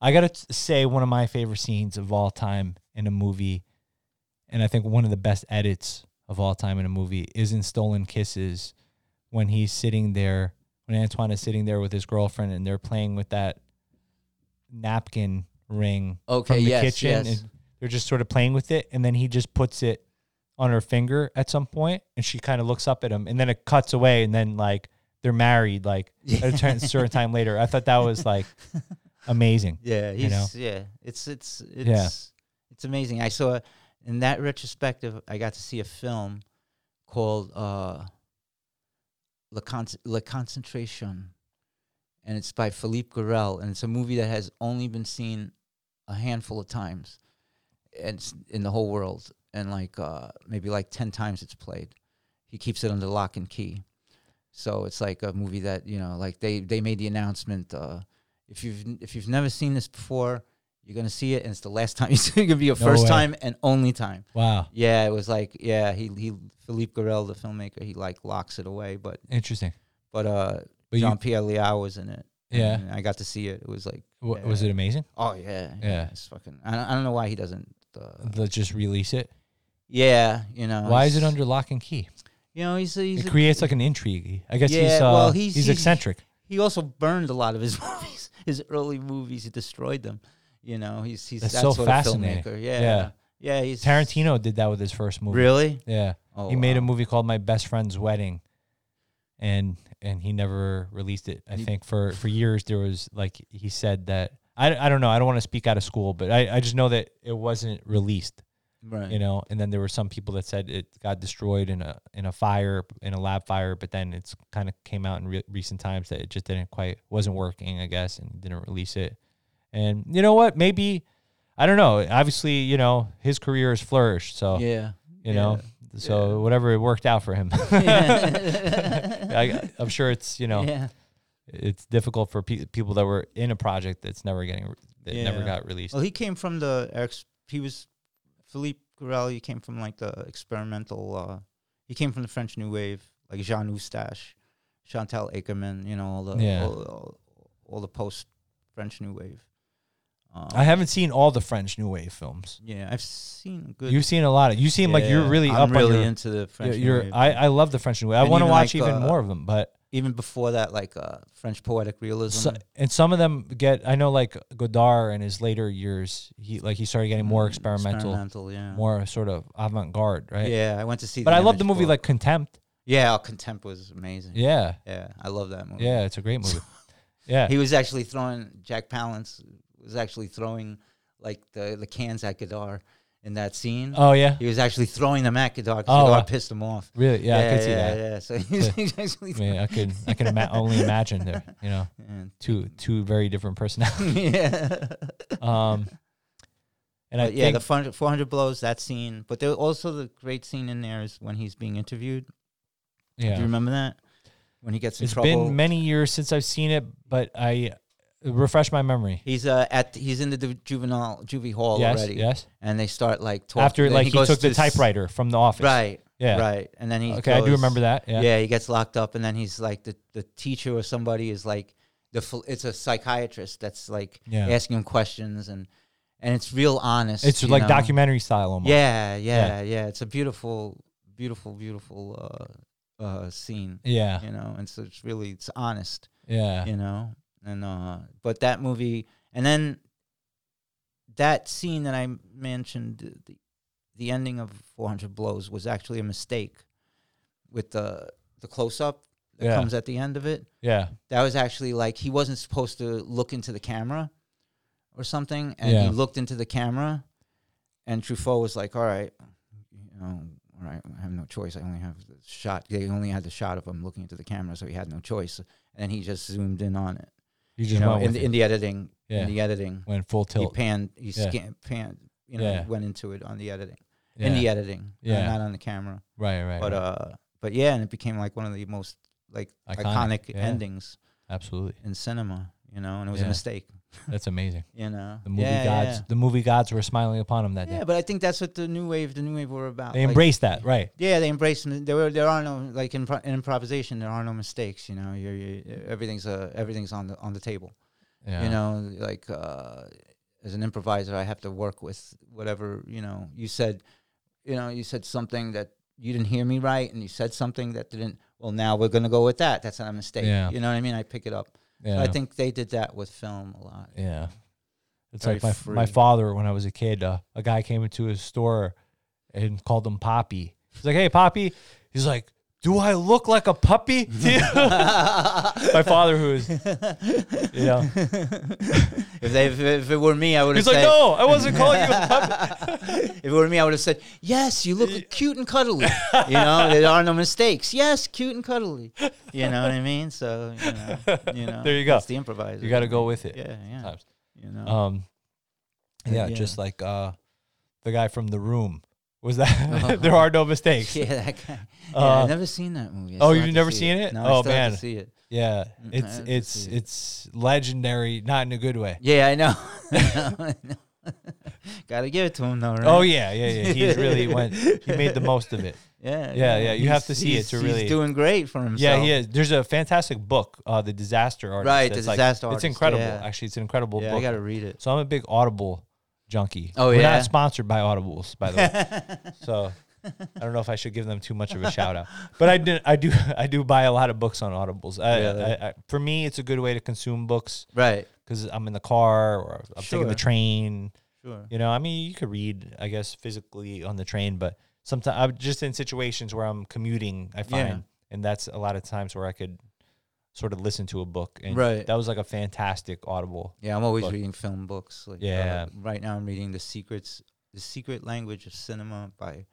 Speaker 2: I gotta t- say one of my favorite scenes of all time in a movie, and I think one of the best edits of all time in a movie is in Stolen Kisses, when he's sitting there, when Antoine is sitting there with his girlfriend, and they're playing with that napkin ring
Speaker 3: Okay,
Speaker 2: from the
Speaker 3: yes,
Speaker 2: kitchen,
Speaker 3: yes.
Speaker 2: and they're just sort of playing with it, and then he just puts it on her finger at some point and she kind of looks up at him and then it cuts away and then like they're married like at a turn- certain time later i thought that was like amazing
Speaker 3: Yeah, he's
Speaker 2: you know?
Speaker 3: yeah. It's it's it's
Speaker 2: Yeah.
Speaker 3: it's amazing. I saw in that retrospective, I got to see a film called uh, La, Con- La Concentration, and it's by Philippe Garel, and it's a movie that has only been seen a handful of times, and it's in the whole world, and like uh, maybe like ten times it's played. He keeps it under lock and key. So it's like a movie that you know, like they they made the announcement. Uh, if you've n- if you've never seen this before, you're gonna see it, and it's the last time you see it. It's gonna be your
Speaker 2: No
Speaker 3: first
Speaker 2: way.
Speaker 3: time and only time.
Speaker 2: wow
Speaker 3: Yeah, it was like yeah, he he Philippe Garel, the filmmaker, he like locks it away, but
Speaker 2: interesting
Speaker 3: but uh,
Speaker 2: But you-
Speaker 3: Jean Pierre Liao was in it.
Speaker 2: Yeah.
Speaker 3: and I got to see it. It was like
Speaker 2: W- was it amazing
Speaker 3: oh yeah,
Speaker 2: Yeah.
Speaker 3: it's fucking. I don't, I don't know why he doesn't. Uh,
Speaker 2: let's just release it
Speaker 3: yeah, you know
Speaker 2: why is it
Speaker 3: it's-
Speaker 2: under lock and key
Speaker 3: You know he's a, Uh, he's
Speaker 2: it
Speaker 3: a,
Speaker 2: creates like an intrigue i guess
Speaker 3: Yeah,
Speaker 2: he's, uh,
Speaker 3: well, he's-
Speaker 2: he's,
Speaker 3: he's-
Speaker 2: eccentric
Speaker 3: he also burned a lot of his movies, his early movies. He destroyed them. You know, he's he's
Speaker 2: That's
Speaker 3: that
Speaker 2: so
Speaker 3: sort
Speaker 2: fascinating.
Speaker 3: of filmmaker. Yeah. yeah,
Speaker 2: Yeah.
Speaker 3: He's
Speaker 2: tarantino did that with his first movie
Speaker 3: Really?
Speaker 2: yeah
Speaker 3: Oh,
Speaker 2: he made a
Speaker 3: wow.
Speaker 2: movie called my best friend's wedding and and he never released it. I
Speaker 3: He-
Speaker 2: think for for years there was like he said that I, I don't know. I don't want to speak out of school, but I I just know that it wasn't released.
Speaker 3: Right.
Speaker 2: You know, and then there were some people that said it got destroyed in a in a fire in a lab fire, but then it's kind of came out in re- recent times that it just didn't quite wasn't working, I guess, and didn't release it. And you know what? Maybe I don't know. Obviously, you know his career has flourished, so
Speaker 3: Yeah.
Speaker 2: you know. So
Speaker 3: Yeah.
Speaker 2: whatever it worked out for him,
Speaker 3: Yeah.
Speaker 2: I, I'm sure it's you know
Speaker 3: Yeah.
Speaker 2: it's difficult for pe- people that were in a project that's never getting re- that never
Speaker 3: Yeah. Oh.
Speaker 2: got released.
Speaker 3: Well, he came from the ex. He was Philippe Corelli came from like the experimental. Uh, he came from the French New Wave, like Jean Eustache, Chantal Akerman. You know all the
Speaker 2: Yeah.
Speaker 3: all, all, all the post French New Wave. Um,
Speaker 2: I haven't seen all the French New Wave films.
Speaker 3: Yeah, I've seen good.
Speaker 2: You've seen a lot of. You seem like you're
Speaker 3: Yeah,
Speaker 2: really up
Speaker 3: I'm really
Speaker 2: on your.
Speaker 3: into the
Speaker 2: your-
Speaker 3: French. New
Speaker 2: your-
Speaker 3: Wave.
Speaker 2: I, I love the French New Wave. I
Speaker 3: And
Speaker 2: want to
Speaker 3: even
Speaker 2: watch
Speaker 3: like,
Speaker 2: even
Speaker 3: uh,
Speaker 2: more of them, but
Speaker 3: even before that, like uh, French poetic realism.
Speaker 2: so, and some of them get. I know like Godard in his later years, he like he started getting more
Speaker 3: Mm,
Speaker 2: experimental,
Speaker 3: experimental, yeah.
Speaker 2: more sort of avant garde, right?
Speaker 3: Yeah, I went to see.
Speaker 2: But I love the
Speaker 3: Image
Speaker 2: movie
Speaker 3: Book.
Speaker 2: like Contempt.
Speaker 3: yeah, oh, Contempt was amazing. Yeah.
Speaker 2: Yeah,
Speaker 3: I love that movie.
Speaker 2: yeah, it's a great movie. Yeah,
Speaker 3: he was actually throwing Jack Palance was actually throwing like the the cans at Godard in that scene.
Speaker 2: Oh yeah,
Speaker 3: He was actually throwing them at Godard because
Speaker 2: Oh,
Speaker 3: Godard
Speaker 2: wow.
Speaker 3: pissed him off.
Speaker 2: really? Yeah, I could see
Speaker 3: yeah,
Speaker 2: that.
Speaker 3: Yeah, so he was, he was actually
Speaker 2: I mean, I could, I can ima- only imagine there. You know,
Speaker 3: throwing-
Speaker 2: two two very different personalities.
Speaker 3: yeah.
Speaker 2: Um, and I
Speaker 3: But yeah,
Speaker 2: think
Speaker 3: the fun, 400 blows that scene, but there also the great scene in there is when he's being interviewed. Do you
Speaker 2: yeah,
Speaker 3: remember that? When he gets in
Speaker 2: it's
Speaker 3: trouble.
Speaker 2: been many years since I've seen it, but I refresh my memory.
Speaker 3: he's uh, at he's in the du- juvenile juvie hall
Speaker 2: yes,
Speaker 3: already.
Speaker 2: yes.
Speaker 3: And they start like talking
Speaker 2: After like he,
Speaker 3: goes
Speaker 2: took the
Speaker 3: to s-
Speaker 2: typewriter from the office.
Speaker 3: Right.
Speaker 2: Yeah.
Speaker 3: Right. And then he
Speaker 2: Okay, I do
Speaker 3: goes-
Speaker 2: remember that. Yeah.
Speaker 3: Yeah. he gets locked up, and then he's like the the teacher or somebody is like the ph- it's a psychiatrist that's like
Speaker 2: Yeah.
Speaker 3: asking him questions and and it's real honest.
Speaker 2: It's
Speaker 3: you
Speaker 2: like
Speaker 3: know?
Speaker 2: documentary style almost.
Speaker 3: Yeah, yeah, yeah, It's a beautiful, beautiful, beautiful uh, uh, scene.
Speaker 2: Yeah.
Speaker 3: You know, and so it's really it's honest.
Speaker 2: Yeah.
Speaker 3: You know, and uh, but that movie, and then that scene that I mentioned, the the ending of 400 Blows was actually a mistake with the the close up that
Speaker 2: Yeah.
Speaker 3: comes at the end of it.
Speaker 2: Yeah.
Speaker 3: That was actually like he wasn't supposed to look into the camera or something, and
Speaker 2: Yeah.
Speaker 3: he looked into the camera, and Truffaut was like, "All right, you know, all right, I have no choice. I only have the shot. They only had the shot of him looking into the camera, so he had no choice." And he just zoomed in on it.
Speaker 2: You just
Speaker 3: You know,
Speaker 2: went
Speaker 3: in
Speaker 2: with
Speaker 3: the,
Speaker 2: it.
Speaker 3: in the editing,
Speaker 2: Yeah.
Speaker 3: in the editing,
Speaker 2: went full
Speaker 3: he
Speaker 2: tilt.
Speaker 3: panned, he
Speaker 2: Yeah.
Speaker 3: scan, panned, you know,
Speaker 2: Yeah.
Speaker 3: went into it on the editing,
Speaker 2: Yeah.
Speaker 3: in the editing, yeah,
Speaker 2: Yeah.
Speaker 3: not on the camera
Speaker 2: right, right.
Speaker 3: but
Speaker 2: right.
Speaker 3: uh but yeah and it became like one of the most like
Speaker 2: Iconic,
Speaker 3: iconic,
Speaker 2: yeah.
Speaker 3: endings
Speaker 2: Absolutely.
Speaker 3: in cinema you know and it was
Speaker 2: Yeah.
Speaker 3: a mistake
Speaker 2: That's amazing.
Speaker 3: you know
Speaker 2: The movie
Speaker 3: yeah,
Speaker 2: gods the movie gods were smiling upon him that
Speaker 3: yeah. yeah
Speaker 2: day.
Speaker 3: but i think that's what the new wave the new wave were about
Speaker 2: They
Speaker 3: like-
Speaker 2: embraced that, right.
Speaker 3: yeah they embraced mi- there were there are no like in, in improvisation there are no mistakes you know you're, you everything's uh everything's on the on the table
Speaker 2: Yeah.
Speaker 3: you know like uh as an improviser i have to work with whatever you know you said you know you said something that you didn't hear me right and you said something that didn't well now we're going to go with that that's not a mistake
Speaker 2: Yeah.
Speaker 3: you know what i mean i pick it up So
Speaker 2: yeah.
Speaker 3: i think they did that with film a lot
Speaker 2: Yeah. It's
Speaker 3: Very
Speaker 2: like my my
Speaker 3: free.
Speaker 2: father when I was a kid, uh, a guy came into his store and called him Poppy. He's like, "Hey, Poppy." He's like, "Do I look like a puppy?" to you?" my father who is you know.
Speaker 3: if they if, if it were me i would have
Speaker 2: He's like,
Speaker 3: said
Speaker 2: "No, I wasn't calling you a puppy."
Speaker 3: if it were me i would have said yes you look cute and cuddly you know there are no mistakes yes cute and cuddly you know what i mean so you know, you know
Speaker 2: There you go.
Speaker 3: it's the improviser
Speaker 2: You got to go with it.
Speaker 3: yeah yeah
Speaker 2: sometimes.
Speaker 3: you know
Speaker 2: Um yeah,
Speaker 3: Yeah.
Speaker 2: just like uh the guy from The Room. Was that There Are No Mistakes. Yeah.
Speaker 3: yeah that guy yeah,
Speaker 2: Uh,
Speaker 3: I've never seen that movie I
Speaker 2: oh,
Speaker 3: still
Speaker 2: you've
Speaker 3: have to
Speaker 2: never
Speaker 3: see
Speaker 2: seen it?
Speaker 3: no,
Speaker 2: Oh,
Speaker 3: I still
Speaker 2: man.
Speaker 3: have to see it Mm, I
Speaker 2: It's
Speaker 3: have to
Speaker 2: it's
Speaker 3: see it.
Speaker 2: it's legendary, not in a good way.
Speaker 3: yeah i know, I know. gotta give it to him though right?
Speaker 2: Oh yeah, yeah, yeah. He really went he made the most of it.
Speaker 3: yeah
Speaker 2: yeah, yeah, you have
Speaker 3: He's-
Speaker 2: to see it
Speaker 3: he's-
Speaker 2: to
Speaker 3: he's
Speaker 2: really-
Speaker 3: doing great for himself
Speaker 2: Yeah, he is. There's a fantastic book, uh, The Disaster Artist.
Speaker 3: Right, The
Speaker 2: that's
Speaker 3: Disaster
Speaker 2: It's
Speaker 3: Artist,
Speaker 2: incredible.
Speaker 3: yeah.
Speaker 2: Actually, it's an incredible
Speaker 3: yeah
Speaker 2: book.
Speaker 3: i gotta read it
Speaker 2: so I'm a big Audible junkie.
Speaker 3: Oh,
Speaker 2: We're
Speaker 3: yeah?
Speaker 2: not sponsored by Audibles, by the way. so I don't know if I should give them too much of a shout out, but I do, I do, I do buy a lot of books on Audibles. I,
Speaker 3: Really?
Speaker 2: I, I, for me, it's a good way to consume books
Speaker 3: right
Speaker 2: because I'm in the car or I'm taking the
Speaker 3: Sure.
Speaker 2: train.
Speaker 3: sure
Speaker 2: You know, I mean, you could read, I guess, physically on the train, but sometimes I'm just in situations where I'm commuting. I find and that's a lot of times where I could sort of listen to a book, and
Speaker 3: Right.
Speaker 2: that was like a fantastic audible.
Speaker 3: Yeah, I'm always
Speaker 2: But-
Speaker 3: reading film books. Like, uh,
Speaker 2: Yeah.
Speaker 3: right now, I'm reading the secrets, the secret language of cinema by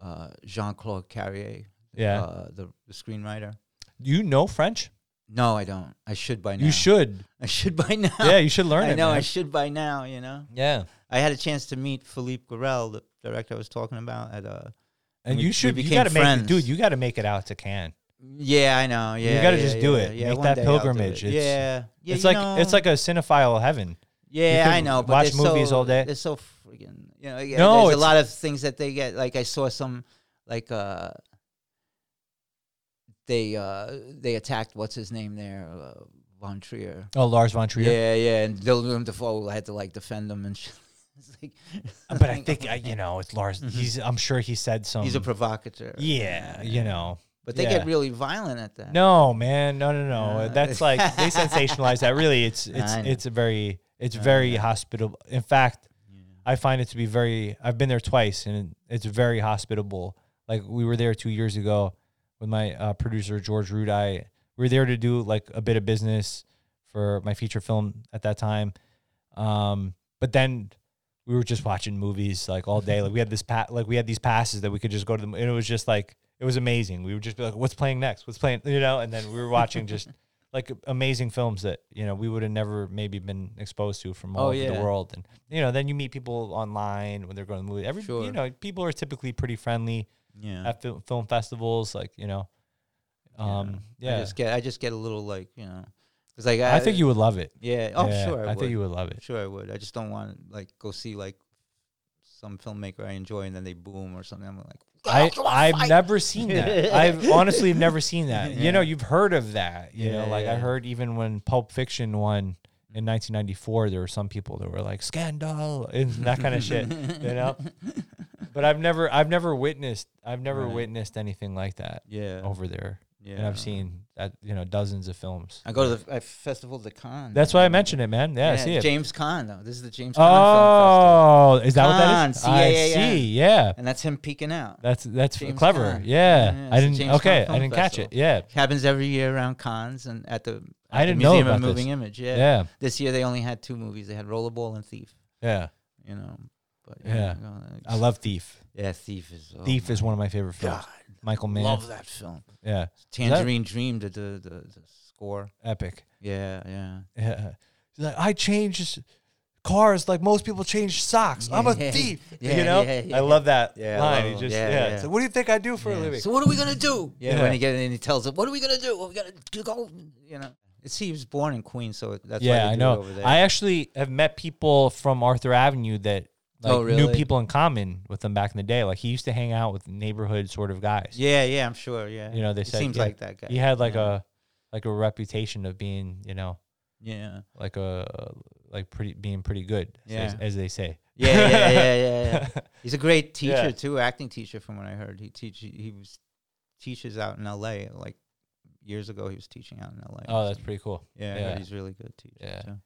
Speaker 3: uh, Jean Claude Carrier,
Speaker 2: Yeah,
Speaker 3: uh, the, the screenwriter.
Speaker 2: Do you know French.
Speaker 3: No, I don't. I should by now.
Speaker 2: You should.
Speaker 3: I should by now.
Speaker 2: Yeah, you should learn
Speaker 3: I
Speaker 2: it.
Speaker 3: know. I
Speaker 2: man.
Speaker 3: should by now. You know.
Speaker 2: yeah,
Speaker 3: I had a chance to meet Philippe Garel, the director I was talking about at uh
Speaker 2: and
Speaker 3: We-
Speaker 2: you
Speaker 3: we
Speaker 2: should. You
Speaker 3: became
Speaker 2: got to make, it,
Speaker 3: friends.
Speaker 2: dude. You got to make it out to Cannes.
Speaker 3: Yeah, I know. Yeah.
Speaker 2: gotta
Speaker 3: yeah,
Speaker 2: just do
Speaker 3: yeah,
Speaker 2: it.
Speaker 3: Yeah,
Speaker 2: Make
Speaker 3: one
Speaker 2: that
Speaker 3: day I'll do it.
Speaker 2: pilgrimage. It's-
Speaker 3: yeah. yeah.
Speaker 2: it's
Speaker 3: you
Speaker 2: like it's
Speaker 3: know,
Speaker 2: like a cinephile heaven.
Speaker 3: Yeah,
Speaker 2: could
Speaker 3: I know. But
Speaker 2: watch
Speaker 3: they're
Speaker 2: movies
Speaker 3: so,
Speaker 2: all day.
Speaker 3: They're so freaking. You know, yeah,
Speaker 2: No,
Speaker 3: there's
Speaker 2: it's-
Speaker 3: a lot of things that they get. Like I saw some, like uh, they uh they attacked what's his name there, uh, Von Trier.
Speaker 2: Oh, Lars von Trier.
Speaker 3: Yeah, yeah, and Willem Dafoe had to like defend him and shit. It's like,
Speaker 2: But I think I, you know it's Lars. He's. I'm sure he said some.
Speaker 3: Mm-hmm. he's a provocateur.
Speaker 2: yeah, you know.
Speaker 3: but they
Speaker 2: Um, yeah.
Speaker 3: get really violent at that.
Speaker 2: No, man, no, no, no.
Speaker 3: Uh,
Speaker 2: That's like they sensationalize that. Really, it's it's
Speaker 3: I know.
Speaker 2: it's a very it's very hospitable. In fact, I find it to be very. I've been there twice, and it's very hospitable. Like we were there two years ago with my uh, producer George Rudai. We were there to do like a bit of business for my feature film at that time. Um, but then we were just watching movies like all day. Like we had this pa- like we had these passes that we could just go to the and it was just like it was amazing. We would just be like, what's playing next? What's playing? You know, and then we were watching just like amazing films that you know we would have never maybe been exposed to from all
Speaker 3: Oh,
Speaker 2: over the
Speaker 3: yeah.
Speaker 2: world. And you know, then you meet people online when they're going to the movie. Every you
Speaker 3: Sure.
Speaker 2: know, people are typically pretty friendly
Speaker 3: Yeah.
Speaker 2: at fil- film festivals. Like you know, um, yeah,
Speaker 3: I just get I just get a little like you know, because like I,
Speaker 2: I think you would love it.
Speaker 3: yeah oh
Speaker 2: Yeah,
Speaker 3: sure I,
Speaker 2: I
Speaker 3: would.
Speaker 2: think you would love it.
Speaker 3: sure I would I just don't want to like go see like some filmmaker I enjoy and then they boom or something I'm like
Speaker 2: I, I've never seen that. I've honestly have never seen that. You know,
Speaker 3: Yeah.
Speaker 2: you've heard of that. You know,
Speaker 3: Yeah,
Speaker 2: like I
Speaker 3: yeah.
Speaker 2: heard even when Pulp Fiction won in 1994, there were some people that were like scandal and that kind of shit. You know, but I've never, I've never witnessed, I've never
Speaker 3: Right.
Speaker 2: witnessed anything like that
Speaker 3: yeah
Speaker 2: over there.
Speaker 3: yeah
Speaker 2: And Oh, I've seen that, you know, dozens of films.
Speaker 3: I go to the uh, festival the con
Speaker 2: That's why I mentioned it, man. Yeah, I see it.
Speaker 3: James Con though this is the James Con
Speaker 2: oh, is that what that is?
Speaker 3: Khan,
Speaker 2: I
Speaker 3: C-A-A-N.
Speaker 2: see. Yeah.
Speaker 3: and that's him peeking out
Speaker 2: That's that's
Speaker 3: James
Speaker 2: clever.
Speaker 3: Khan.
Speaker 2: Yeah.
Speaker 3: Yeah,
Speaker 2: I
Speaker 3: it's a
Speaker 2: didn't.
Speaker 3: James
Speaker 2: Okay,
Speaker 3: Khan
Speaker 2: I
Speaker 3: Film
Speaker 2: didn't catch it.
Speaker 3: Festival.
Speaker 2: Yeah.
Speaker 3: happens every year around cons and at the
Speaker 2: I
Speaker 3: at the
Speaker 2: didn't know
Speaker 3: Museum
Speaker 2: about
Speaker 3: of Moving
Speaker 2: this.
Speaker 3: Image yeah.
Speaker 2: Yeah.
Speaker 3: this year they only had two movies they had Rollerball and Thief
Speaker 2: Yeah.
Speaker 3: you know but
Speaker 2: Yeah.
Speaker 3: know,
Speaker 2: I love Thief.
Speaker 3: yeah Thief is oh
Speaker 2: Thief
Speaker 3: my
Speaker 2: is one of my favorite films.
Speaker 3: God.
Speaker 2: Michael Mann.
Speaker 3: Love that film.
Speaker 2: Yeah.
Speaker 3: Tangerine Dream, the, the the the score.
Speaker 2: Epic.
Speaker 3: Yeah, yeah.
Speaker 2: Yeah. He's like, I change cars like most people change socks. I'm a
Speaker 3: Yeah.
Speaker 2: thief.
Speaker 3: Yeah,
Speaker 2: you know?
Speaker 3: yeah, yeah.
Speaker 2: I love that
Speaker 3: Yeah, I
Speaker 2: line.
Speaker 3: love
Speaker 2: he
Speaker 3: him.
Speaker 2: just yeah.
Speaker 3: Yeah,
Speaker 2: it's
Speaker 3: yeah.
Speaker 2: like, what do you think I do for a living?
Speaker 3: So what are we gonna do? Yeah,
Speaker 2: Yeah.
Speaker 3: when he gets and he tells him, "What are we gonna do? We're gonna go." You know, it's he was born in Queens, so that's
Speaker 2: yeah,
Speaker 3: why they
Speaker 2: I
Speaker 3: do It
Speaker 2: know.
Speaker 3: over there.
Speaker 2: I actually have met people from Arthur Avenue that like
Speaker 3: Oh,
Speaker 2: knew
Speaker 3: really?
Speaker 2: people in common with them back in the day. Like he used to hang out with neighborhood sort of guys.
Speaker 3: yeah, yeah, I'm sure. Yeah,
Speaker 2: You know, they
Speaker 3: It
Speaker 2: said
Speaker 3: seems
Speaker 2: yeah,
Speaker 3: like that guy.
Speaker 2: He had like a like a reputation of being, you know,
Speaker 3: yeah,
Speaker 2: like a like pretty being pretty good, as,
Speaker 3: Yeah.
Speaker 2: as they say.
Speaker 3: yeah, yeah, yeah, yeah. yeah. He's a great teacher
Speaker 2: Yeah.
Speaker 3: too, acting teacher from what I heard. He teach he was teaches out in L.A. Like years ago, he was teaching out in L.A.
Speaker 2: oh, that's
Speaker 3: So,
Speaker 2: pretty cool.
Speaker 3: yeah. I
Speaker 2: yeah.
Speaker 3: heard he's a really good teacher.
Speaker 2: Yeah.
Speaker 3: too.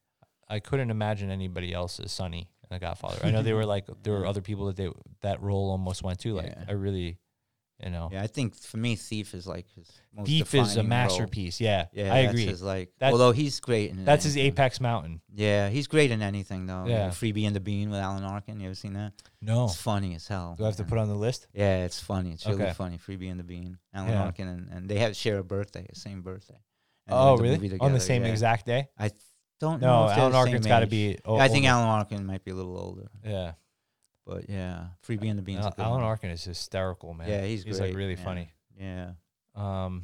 Speaker 2: I couldn't imagine anybody else as Sonny in The Godfather. I know they were like there were other people that they that role almost went to. Like
Speaker 3: Yeah.
Speaker 2: I really, you know,
Speaker 3: Yeah, I think for me, Thief is like his most
Speaker 2: Thief is a
Speaker 3: defining role.
Speaker 2: masterpiece. Yeah,
Speaker 3: Yeah,
Speaker 2: I
Speaker 3: that's
Speaker 2: agree. That's
Speaker 3: His,
Speaker 2: his,
Speaker 3: like,
Speaker 2: That's-
Speaker 3: although he's great in anything.
Speaker 2: apex mountain.
Speaker 3: Yeah, he's great in anything though.
Speaker 2: Yeah.
Speaker 3: Yeah, Freebie and the Bean with Alan Arkin. You ever seen that?
Speaker 2: No,
Speaker 3: It's funny as hell.
Speaker 2: do I have to
Speaker 3: man.
Speaker 2: put on the list?
Speaker 3: Yeah, it's funny. It's really
Speaker 2: Okay.
Speaker 3: funny. Freebie and the Bean, Alan
Speaker 2: Yeah.
Speaker 3: Arkin, and, and they have share a birthday, the same birthday. And they
Speaker 2: Oh,
Speaker 3: went to
Speaker 2: really?
Speaker 3: movie
Speaker 2: On the
Speaker 3: together,
Speaker 2: same
Speaker 3: yeah.
Speaker 2: exact day?
Speaker 3: I th- don't know.
Speaker 2: No,
Speaker 3: if they're
Speaker 2: Alan
Speaker 3: the
Speaker 2: Arkin's
Speaker 3: same
Speaker 2: got to
Speaker 3: age.
Speaker 2: be. o-
Speaker 3: I think
Speaker 2: older.
Speaker 3: Alan Arkin might be a little older,
Speaker 2: Yeah,
Speaker 3: but yeah, Freebie and the Bean's. a
Speaker 2: Al-
Speaker 3: good
Speaker 2: Uh, Alan
Speaker 3: one.
Speaker 2: Arkin is hysterical, man.
Speaker 3: Yeah, he's
Speaker 2: he's like
Speaker 3: great,
Speaker 2: really
Speaker 3: yeah.
Speaker 2: funny.
Speaker 3: Yeah,
Speaker 2: Um,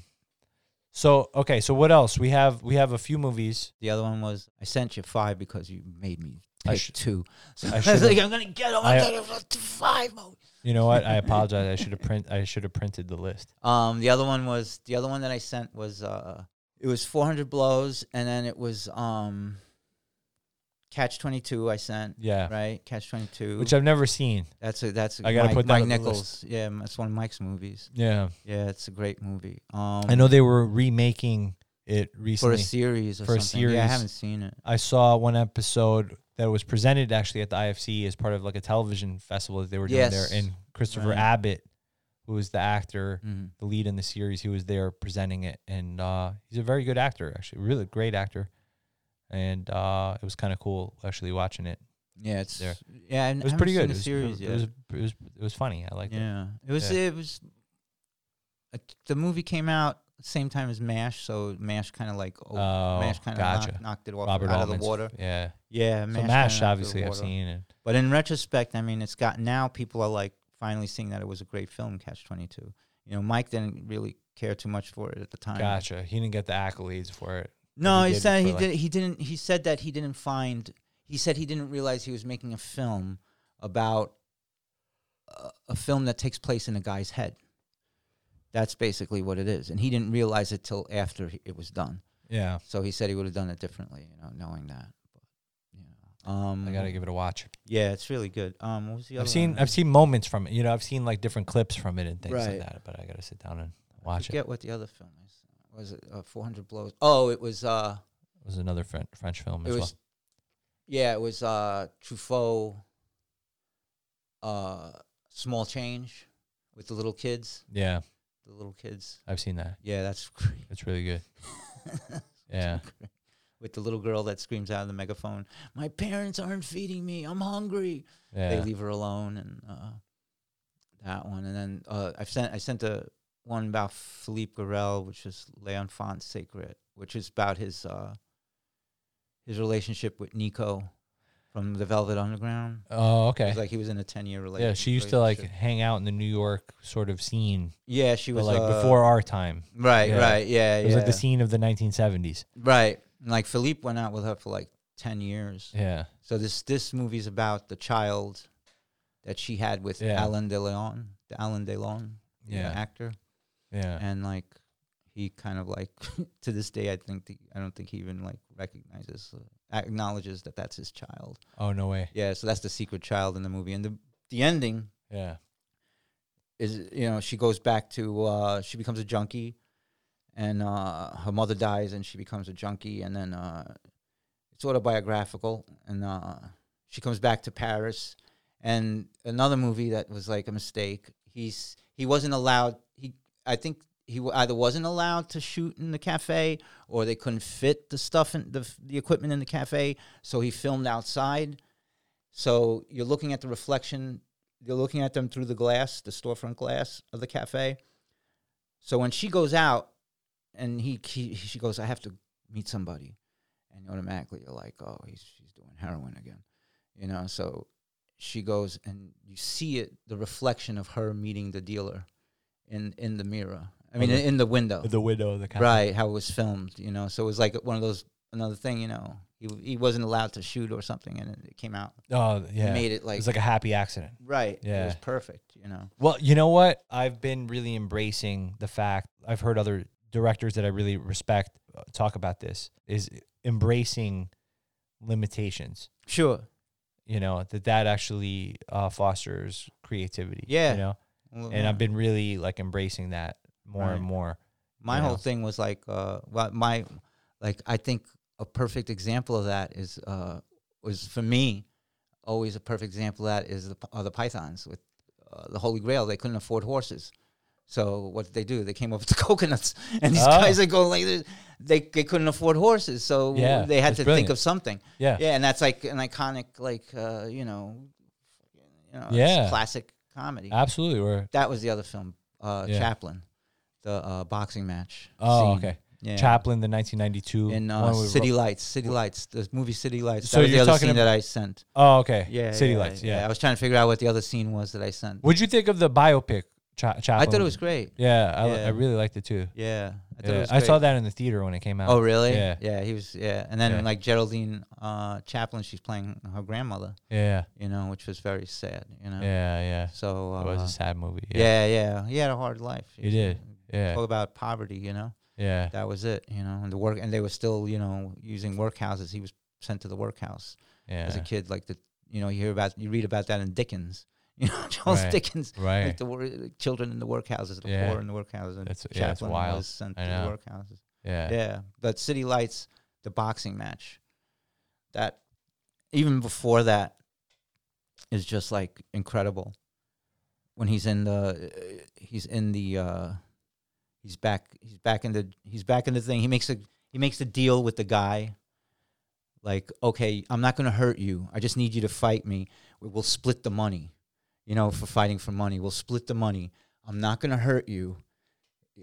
Speaker 2: so okay, so what else? We have we have a few movies.
Speaker 3: the other one was I sent you five because you made me
Speaker 2: I
Speaker 3: pick
Speaker 2: should-
Speaker 3: two. So
Speaker 2: I
Speaker 3: I, was
Speaker 2: should've-
Speaker 3: like, I'm gonna get them.
Speaker 2: I-
Speaker 3: I'm gonna get to five. oh, movies."
Speaker 2: You know what? I apologize. I should have print. I should have printed the list.
Speaker 3: Um, the other one was the other one that I sent was uh, it was 400 blows, and then it was um, Catch 22. I sent
Speaker 2: Yeah,
Speaker 3: right Catch 22.
Speaker 2: which I've never seen.
Speaker 3: that's a that's a
Speaker 2: I gotta
Speaker 3: Mike,
Speaker 2: put that
Speaker 3: Mike
Speaker 2: on the
Speaker 3: Nichols. Yeah, m- that's one of Mike's movies.
Speaker 2: Yeah,
Speaker 3: Yeah, it's a great movie. Um,
Speaker 2: I know they were remaking it
Speaker 3: for
Speaker 2: recently.
Speaker 3: a series or
Speaker 2: For a
Speaker 3: something. Yeah, I
Speaker 2: series.
Speaker 3: haven't seen it.
Speaker 2: I saw one episode that was presented actually at the IFC as part of like a television festival that they were doing there,
Speaker 3: Yes.
Speaker 2: and Christopher
Speaker 3: Right.
Speaker 2: Abbott who was the actor,
Speaker 3: Mhm.
Speaker 2: the lead in the series. He was there presenting it, and uh, he's a very good actor, actually, really great actor. And uh, it was kind of cool actually watching it.
Speaker 3: Yeah, it's
Speaker 2: There.
Speaker 3: yeah, and
Speaker 2: It was pretty good.
Speaker 3: The
Speaker 2: it was,
Speaker 3: series,
Speaker 2: it,
Speaker 3: yet.
Speaker 2: was, it was it was funny. I liked it.
Speaker 3: yeah, it was
Speaker 2: Yeah.
Speaker 3: it was. uh, The movie came out same time as Mash, so Mash kind of like oh,
Speaker 2: Oh,
Speaker 3: Mash kind of
Speaker 2: gotcha.
Speaker 3: knocked, knocked it off
Speaker 2: Robert
Speaker 3: out of
Speaker 2: Altman's-
Speaker 3: the water.
Speaker 2: Yeah.
Speaker 3: Yeah,
Speaker 2: so
Speaker 3: kinda knocked
Speaker 2: Mash
Speaker 3: it out of the
Speaker 2: obviously I've
Speaker 3: water.
Speaker 2: seen and
Speaker 3: But in retrospect, I mean, it's got now people are like finally seeing that it was a great film, Catch Twenty Two. You know, Mike didn't really care too much for it at the time.
Speaker 2: Gotcha. He didn't get the accolades for it.
Speaker 3: No,
Speaker 2: he
Speaker 3: he,
Speaker 2: did
Speaker 3: said
Speaker 2: for,
Speaker 3: he
Speaker 2: like-
Speaker 3: did. He didn't. He said that he didn't find. He said he didn't realize he was making a film about a, a film that takes place in a guy's head. That's basically what it is, and he didn't realize it till after he, it was done.
Speaker 2: Yeah.
Speaker 3: So he said he would have done it differently, you know, knowing that. But, you know, um,
Speaker 2: I gotta give it a watch.
Speaker 3: Yeah, it's really good. Um, what was the other
Speaker 2: I've seen
Speaker 3: one?
Speaker 2: I've seen moments from it. You know, I've seen like different clips from it and things like
Speaker 3: Right.
Speaker 2: that. But I gotta sit down and watch it.
Speaker 3: forget what the other film is. Was it uh, 400 Blows? Oh, it was. Uh,
Speaker 2: It was another French French film
Speaker 3: it
Speaker 2: as
Speaker 3: was.
Speaker 2: well.
Speaker 3: Yeah, it was uh, Truffaut. Uh, Small Change, with the little kids.
Speaker 2: Yeah,
Speaker 3: The little kids.
Speaker 2: I've seen that.
Speaker 3: Yeah, that's great.
Speaker 2: It's really good. Yeah.
Speaker 3: With the little girl that screams out of the megaphone, "My parents aren't feeding me. I'm hungry."
Speaker 2: Yeah.
Speaker 3: They leave her alone, and uh, that one. And then uh, I've sent I sent a one about Philippe Garel, which is L'Enfant Sacred, which is about his uh, his relationship with Nico from the Velvet Underground.
Speaker 2: oh,
Speaker 3: It
Speaker 2: okay.
Speaker 3: was like he was in a ten year relationship.
Speaker 2: yeah, she used to like hang out in the New York sort of scene,
Speaker 3: Yeah, she
Speaker 2: but
Speaker 3: was
Speaker 2: like
Speaker 3: uh,
Speaker 2: before our time.
Speaker 3: Right,
Speaker 2: yeah.
Speaker 3: right, yeah,
Speaker 2: It was like the
Speaker 3: yeah.
Speaker 2: scene of the 1970s.
Speaker 3: Right, And, like Philippe went out with her for like ten years.
Speaker 2: Yeah.
Speaker 3: So this this movie's about the child that she had with
Speaker 2: Yeah.
Speaker 3: Alan De Leon, the Alan De Leon, the
Speaker 2: Yeah.
Speaker 3: actor,
Speaker 2: Yeah.
Speaker 3: and like he kind of like to this day I think the, I don't think he even like recognizes uh, acknowledges that that's his child.
Speaker 2: oh no way.
Speaker 3: Yeah, so that's the secret child in the movie, and the the ending
Speaker 2: Yeah.
Speaker 3: is you know she goes back to uh, she becomes a junkie, and uh, her mother dies, and she becomes a junkie, and then uh, it's autobiographical, and uh, she comes back to Paris, and another movie that was like a mistake. He's he wasn't allowed. He I think he wa- either wasn't allowed to shoot in the cafe, or they couldn't fit the stuff in the the equipment in the cafe, so he filmed outside. So you're looking at the reflection. You're looking at them through the glass, the storefront glass of the cafe. So when she goes out, and he, he she goes, I have to meet somebody, and automatically you're like, oh, he's she's doing heroin again, you know. So she goes, and you see it, the reflection of her meeting the dealer, in in the mirror. I mean,
Speaker 2: Okay.
Speaker 3: in the window.
Speaker 2: The widow of the cafe.
Speaker 3: Oh. Right, how it was filmed, you know. So it was like one of those another thing, you know. He he wasn't allowed to shoot or something, and it came out.
Speaker 2: Oh yeah.
Speaker 3: It made it like,
Speaker 2: it was like a happy accident.
Speaker 3: right. It was
Speaker 2: Yeah.
Speaker 3: perfect, you know.
Speaker 2: Well, you know what? I've been really embracing the fact. I've heard other directors that I really respect uh, talk about this is embracing limitations.
Speaker 3: Sure.
Speaker 2: You know that that actually uh, fosters creativity.
Speaker 3: Yeah.
Speaker 2: You know, and I've been really like embracing that more
Speaker 3: Right.
Speaker 2: and more.
Speaker 3: my
Speaker 2: you
Speaker 3: whole
Speaker 2: know.
Speaker 3: thing was like uh what my like I think a perfect example of that is uh was for me always a perfect example of that is the p- are the pythons with uh, the Holy Grail. They couldn't afford horses. So what did they do? They came up with the coconuts, and these
Speaker 2: Oh.
Speaker 3: guys are going like this. They, they couldn't afford horses, so
Speaker 2: Yeah,
Speaker 3: they had
Speaker 2: that's
Speaker 3: to think
Speaker 2: brilliant.
Speaker 3: of something.
Speaker 2: Yeah.
Speaker 3: Yeah, and that's like an iconic, like uh, you know, you know, it's
Speaker 2: Yeah.
Speaker 3: classic comedy.
Speaker 2: Absolutely. Or
Speaker 3: that was the other film, uh,
Speaker 2: Yeah.
Speaker 3: Chaplin, the uh, boxing match.
Speaker 2: oh,
Speaker 3: scene.
Speaker 2: okay.
Speaker 3: Yeah.
Speaker 2: Chaplin, the 1992
Speaker 3: in
Speaker 2: one
Speaker 3: uh,
Speaker 2: with
Speaker 3: City
Speaker 2: Ro-
Speaker 3: Lights, City Lights, the movie City Lights.
Speaker 2: So
Speaker 3: that was the
Speaker 2: you're
Speaker 3: other
Speaker 2: talking
Speaker 3: scene
Speaker 2: ab-
Speaker 3: that I sent.
Speaker 2: oh, okay.
Speaker 3: Yeah,
Speaker 2: City
Speaker 3: yeah,
Speaker 2: Lights. Yeah.
Speaker 3: I was trying to figure out what the other scene was that I sent.
Speaker 2: What'd you think of the biopic? Cha- Chaplin.
Speaker 3: I thought it was great.
Speaker 2: Yeah, I,
Speaker 3: Yeah.
Speaker 2: I really liked it too.
Speaker 3: Yeah, I thought
Speaker 2: Yeah,
Speaker 3: it was
Speaker 2: I saw
Speaker 3: great.
Speaker 2: that in the theater when it came out.
Speaker 3: Oh, really?
Speaker 2: Yeah.
Speaker 3: Yeah, he was. Yeah, and then
Speaker 2: Yeah.
Speaker 3: like Geraldine uh, Chaplin, she's playing her grandmother.
Speaker 2: Yeah,
Speaker 3: You know, which was very sad. You know.
Speaker 2: yeah, yeah.
Speaker 3: So. Uh,
Speaker 2: It was a sad movie. Yeah,
Speaker 3: yeah. yeah, He had a hard life.
Speaker 2: He did. yeah,
Speaker 3: Talk about poverty. You know,
Speaker 2: yeah.
Speaker 3: that was it. You know, and the work, and they were still, you know, using workhouses. He was sent to the workhouse. as a
Speaker 2: yeah.
Speaker 3: kid, like the you know you hear about you read about that in Dickens, you know Charles
Speaker 2: Right.
Speaker 3: Dickens, like
Speaker 2: Right.
Speaker 3: the wor- children in the workhouses, the
Speaker 2: Yeah.
Speaker 3: poor in the workhouses, and
Speaker 2: That's- yeah, it's
Speaker 3: Chaplin
Speaker 2: wild.
Speaker 3: was sent
Speaker 2: I
Speaker 3: to the
Speaker 2: know.
Speaker 3: workhouses.
Speaker 2: Yeah.
Speaker 3: Yeah. but City Lights, the boxing match, that even before that is just like incredible. when he's in the uh, he's in the uh, he's back he's back in the he's back in the thing. He makes a he makes a deal with the guy. Like, okay, I'm not gonna hurt you. I just need you to fight me. We- We'll split the money, you know, for fighting for money. We'll split the money. I'm not gonna hurt you.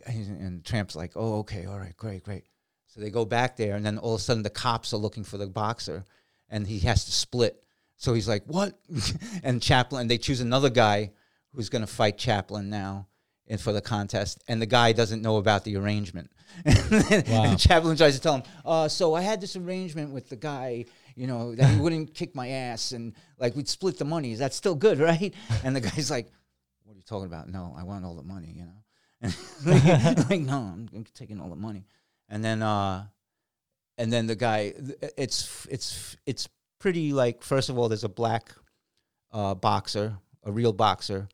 Speaker 3: And and Tramp's like, oh, okay, all right, great, great. So they go back there, and then all of a sudden the cops are looking for the boxer, and he has to split. So he's like, "What?" and Chaplin, they choose another guy who's going to fight Chaplin now, and for the contest. And the guy doesn't know about the arrangement. and Chaplin tries to tell him, uh, "So I had this arrangement with the guy, you know, that he wouldn't kick my ass, and like we'd split the money. Is that still good, right?" And the guy's like, "What are you talking about? No, I want all the money, you know." like, no, I'm, I'm taking all the money. And then, uh, and then the guy, th- it's it's it's pretty like. First of all, there's a black uh, boxer, a real boxer.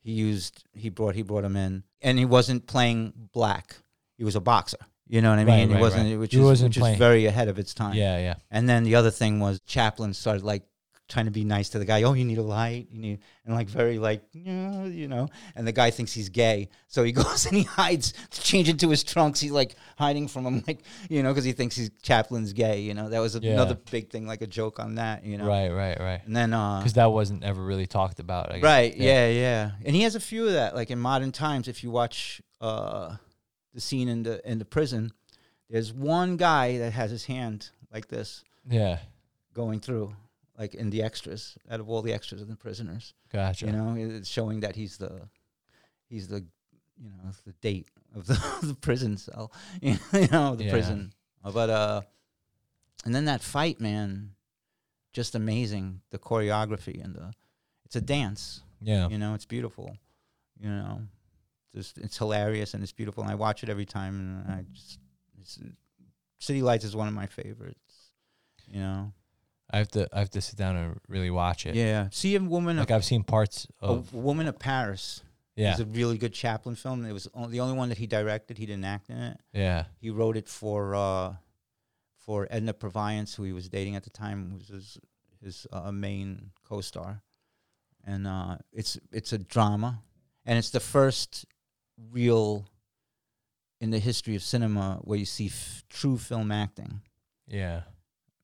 Speaker 3: He used he brought he brought him in, and he wasn't playing black. He was a boxer. You know what I
Speaker 2: Right,
Speaker 3: mean?
Speaker 2: right,
Speaker 3: he wasn't,
Speaker 2: right.
Speaker 3: which
Speaker 2: He
Speaker 3: is
Speaker 2: wasn't
Speaker 3: which
Speaker 2: playing-
Speaker 3: is very ahead of its time.
Speaker 2: Yeah, yeah.
Speaker 3: And then the other thing was Chaplin started like trying to be nice to the guy. Oh, you need a light, you need, and like very like "Yeah," you know. And the guy thinks he's gay, so he goes and he hides to change into his trunks. He's like hiding from him, like you know, because he thinks he's Chaplin's gay. You know, that was
Speaker 2: Yeah.
Speaker 3: another big thing, like a joke on that. You know,
Speaker 2: Right, right, right.
Speaker 3: And then uh,
Speaker 2: Because that wasn't ever really talked about. I guess.
Speaker 3: right, yeah. yeah, And he has a few of that, like in modern times. If you watch uh, the scene in the in the prison, there's one guy that has his hand like this
Speaker 2: Yeah.
Speaker 3: going through, like in the extras, out of all the extras of the prisoners.
Speaker 2: Gotcha.
Speaker 3: You know, it's showing that he's the, he's the, you know, the date of the, the prison cell, you know, the
Speaker 2: Yeah.
Speaker 3: prison. Uh, But uh, and then that fight, man, just amazing. The choreography and the, it's a dance.
Speaker 2: yeah.
Speaker 3: You know, it's beautiful. You know, just it's hilarious and it's beautiful. And I watch it every time, and I just, it's, City Lights is one of my favorites. You know.
Speaker 2: I have to. I have to sit down and really watch it.
Speaker 3: Yeah, see a woman,
Speaker 2: Like
Speaker 3: of,
Speaker 2: I've seen parts
Speaker 3: a
Speaker 2: of.
Speaker 3: woman of Paris.
Speaker 2: yeah.
Speaker 3: is a really good Chaplin film. It was on, the only one that he directed. He didn't act in it.
Speaker 2: yeah.
Speaker 3: He wrote it for uh, for Edna Provence, who he was dating at the time, who was his, his uh, main co-star. And uh, it's it's a drama, and it's the first real in the history of cinema where you see f- true film acting,
Speaker 2: Yeah.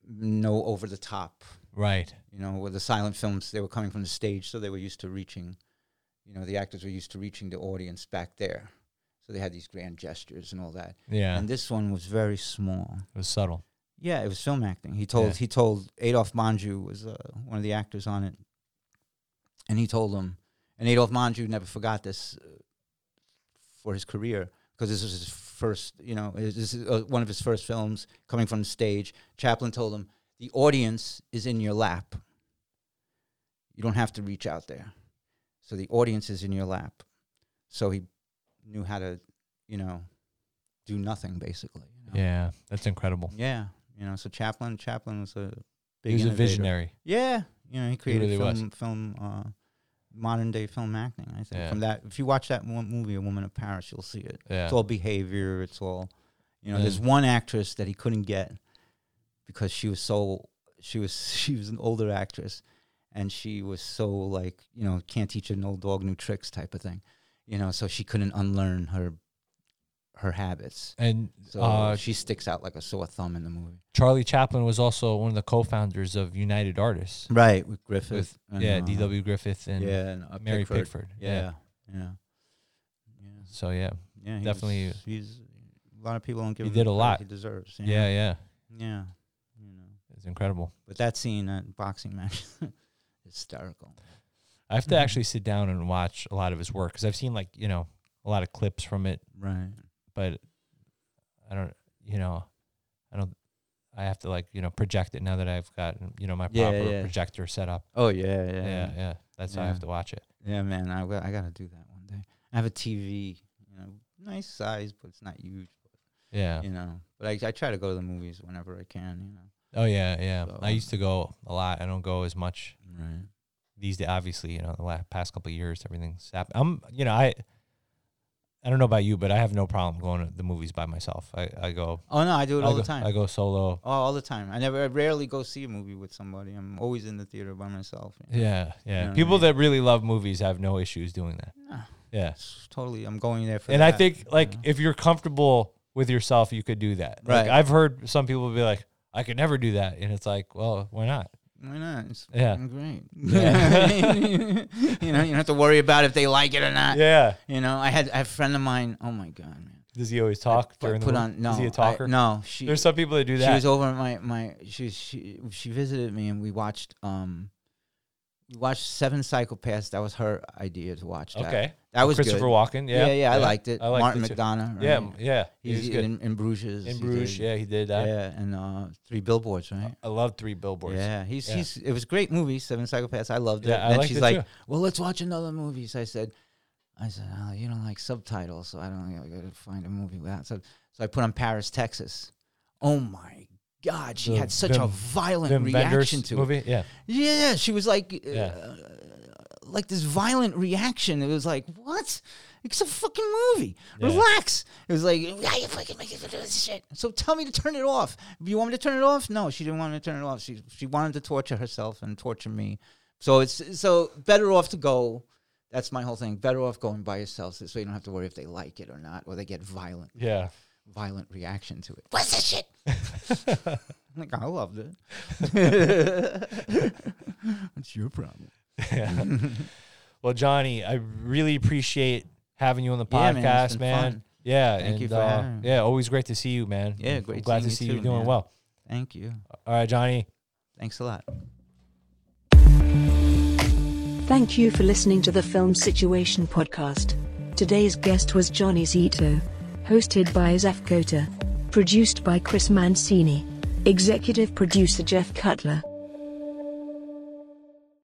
Speaker 3: no over the top
Speaker 2: Right.
Speaker 3: you know, with the silent films, they were coming from the stage, so they were used to reaching, you know, the actors were used to reaching the audience back there. So they had these grand gestures and all that.
Speaker 2: Yeah.
Speaker 3: And this one was very small.
Speaker 2: it was subtle.
Speaker 3: Yeah, it was film acting. He told
Speaker 2: Yeah.
Speaker 3: he told Adolf Manju was uh, one of the actors on it, and he told him, and Adolf Manju never forgot this uh, for his career because this was his first, you know, it- this is uh, one of his first films coming from the stage. Chaplin told him, "The audience is in your lap. You don't have to reach out there, so the audience is in your lap." So he knew how to, you know, do nothing basically. you know?
Speaker 2: Yeah. That's incredible.
Speaker 3: Yeah, you know, so Chaplin, Chaplin was a big
Speaker 2: He was a
Speaker 3: innovator.
Speaker 2: visionary.
Speaker 3: Yeah, you know, he created
Speaker 2: really was.
Speaker 3: film, film, uh, modern day film acting. I think
Speaker 2: Yeah.
Speaker 3: from that, if you watch that one movie, A Woman of Paris, you'll see it.
Speaker 2: Yeah.
Speaker 3: It's all behavior. It's all, you know,
Speaker 2: Yeah.
Speaker 3: there's one actress that he couldn't get because she was so she was she was an older actress, and she was so like you know can't teach an old dog new tricks type of thing, you know, so she couldn't unlearn her her habits.
Speaker 2: and
Speaker 3: So
Speaker 2: uh,
Speaker 3: she sticks out like a sore thumb in the movie.
Speaker 2: Charlie Chaplin was also one of the co-founders of United Artists.
Speaker 3: Right, with Griffith.
Speaker 2: With-
Speaker 3: and,
Speaker 2: yeah,
Speaker 3: uh,
Speaker 2: D.W. Griffith and
Speaker 3: yeah, and uh,
Speaker 2: Mary Pickford.
Speaker 3: Yeah, yeah, yeah.
Speaker 2: So yeah,
Speaker 3: yeah he
Speaker 2: Definitely-
Speaker 3: was- he's a lot of people don't give.
Speaker 2: He
Speaker 3: him
Speaker 2: did
Speaker 3: the
Speaker 2: a
Speaker 3: credit
Speaker 2: lot.
Speaker 3: He deserves.
Speaker 2: yeah,
Speaker 3: Yeah,
Speaker 2: yeah,
Speaker 3: yeah, You know,
Speaker 2: It's incredible.
Speaker 3: but that scene, that boxing match, hysterical.
Speaker 2: I have to
Speaker 3: Mhm.
Speaker 2: actually sit down and watch a lot of his work because I've seen like you know a lot of clips from it,
Speaker 3: Right.
Speaker 2: but I don't, you know, I don't. I have to like you know project it now that I've got you know my
Speaker 3: Yeah,
Speaker 2: proper
Speaker 3: yeah.
Speaker 2: projector set up.
Speaker 3: Oh yeah, yeah,
Speaker 2: Yeah, yeah.
Speaker 3: yeah,
Speaker 2: That's how I have
Speaker 3: Yeah.
Speaker 2: to watch it.
Speaker 3: Yeah, man. I got- I gotta do that one day. I have a TV. You know, nice size, but it's not huge.
Speaker 2: Yeah.
Speaker 3: You know, but I I try to go to the movies whenever I can. You know.
Speaker 2: Oh yeah, yeah.
Speaker 3: So-
Speaker 2: I used to go a lot. I don't go as much
Speaker 3: Right.
Speaker 2: these days. Obviously, you know, the last, past couple of years, everything's happened. I'm, you know, I, I don't know about you, but I have no problem going to the movies by myself. I, I go
Speaker 3: Oh no, I do it all
Speaker 2: I
Speaker 3: the
Speaker 2: go-
Speaker 3: time.
Speaker 2: I go solo.
Speaker 3: Oh, all the time. I never, I rarely go see a movie with somebody. I'm always in the theater by myself. you
Speaker 2: Yeah,
Speaker 3: know.
Speaker 2: yeah.
Speaker 3: You know what I
Speaker 2: People
Speaker 3: mean?
Speaker 2: that really love movies have no issues doing that.
Speaker 3: No.
Speaker 2: Yeah.
Speaker 3: It's Totally, I'm going there for.
Speaker 2: and I
Speaker 3: that,
Speaker 2: think like
Speaker 3: you know?
Speaker 2: if you're comfortable with yourself, you could do that. Like,
Speaker 3: Right.
Speaker 2: I've heard some people be like, I could never do that, and it's like, well, why not?
Speaker 3: why not? It's
Speaker 2: Yeah.
Speaker 3: fucking great.
Speaker 2: Yeah.
Speaker 3: you know, you don't have to worry about if they like it or not.
Speaker 2: Yeah.
Speaker 3: You know, I had I had a friend of mine. Oh my god, man.
Speaker 2: Does he always talk
Speaker 3: I
Speaker 2: during
Speaker 3: put
Speaker 2: the movie?
Speaker 3: on no.
Speaker 2: Is he
Speaker 3: I-
Speaker 2: a talker?
Speaker 3: no, she.
Speaker 2: There's some people that do that.
Speaker 3: She was over at my my she she she visited me and we watched um we watched Seven Psychopaths. That was her idea to watch. That.
Speaker 2: okay.
Speaker 3: that was
Speaker 2: Christopher
Speaker 3: good.
Speaker 2: Walken.
Speaker 3: Yeah,
Speaker 2: Yeah.
Speaker 3: yeah, I liked it.
Speaker 2: I liked
Speaker 3: Martin
Speaker 2: it too.
Speaker 3: McDonough. right?
Speaker 2: Yeah. m- Yeah. He
Speaker 3: he's,
Speaker 2: was good.
Speaker 3: in, in Bruges.
Speaker 2: In
Speaker 3: he
Speaker 2: Bruges.
Speaker 3: did-
Speaker 2: Yeah, he did that.
Speaker 3: yeah, and uh, Three Billboards, right?
Speaker 2: I love Three Billboards.
Speaker 3: Yeah, he's
Speaker 2: Yeah.
Speaker 3: he's it was a great movie, Seven Psychopaths. I loved it.
Speaker 2: Yeah, I
Speaker 3: and
Speaker 2: liked
Speaker 3: she's
Speaker 2: it
Speaker 3: like,
Speaker 2: too.
Speaker 3: "Well, let's watch another movie." So I said, "I said, oh, you don't like subtitles, so I don't. I gotta find a movie without." So, so I put on Paris, Texas. Oh my God, she
Speaker 2: The
Speaker 3: had such a
Speaker 2: Wim-
Speaker 3: violent
Speaker 2: Wim Wenders
Speaker 3: reaction to it.
Speaker 2: movie. Yeah.
Speaker 3: Yeah, she was like, uh,
Speaker 2: Yeah.
Speaker 3: like this violent reaction. It was like, what? It's a fucking movie.
Speaker 2: Yeah.
Speaker 3: Relax. It was like, why you fucking making me do this shit? So tell me to turn it off. You want me to turn it off? No, she didn't want me to turn it off. She she wanted to torture herself and torture me. So it's so better off to go. That's my whole thing. Better off going by yourself, so you don't have to worry if they like it or not, or they get violent,
Speaker 2: Yeah.
Speaker 3: violent reaction to it. What's this shit? I'm like I loved it. What's your problem?
Speaker 2: Well, Johnny, I really appreciate having you on the
Speaker 3: Yeah, man, it's
Speaker 2: podcast,
Speaker 3: been
Speaker 2: man.
Speaker 3: fun.
Speaker 2: Yeah.
Speaker 3: Thank
Speaker 2: and,
Speaker 3: you for
Speaker 2: uh,
Speaker 3: having me.
Speaker 2: Yeah. Always great to see you, man.
Speaker 3: Yeah,
Speaker 2: I'm
Speaker 3: great
Speaker 2: glad
Speaker 3: seeing
Speaker 2: to
Speaker 3: you
Speaker 2: see you
Speaker 3: too,
Speaker 2: doing
Speaker 3: man.
Speaker 2: well.
Speaker 3: Thank you.
Speaker 2: All right, Johnny.
Speaker 3: Thanks a lot.
Speaker 1: Thank you for listening to the Film Situation Podcast. Today's guest was Johnny Zito. Hosted by Zaf Kota. Produced by Chris Mancini. Executive producer Jeff Cutler.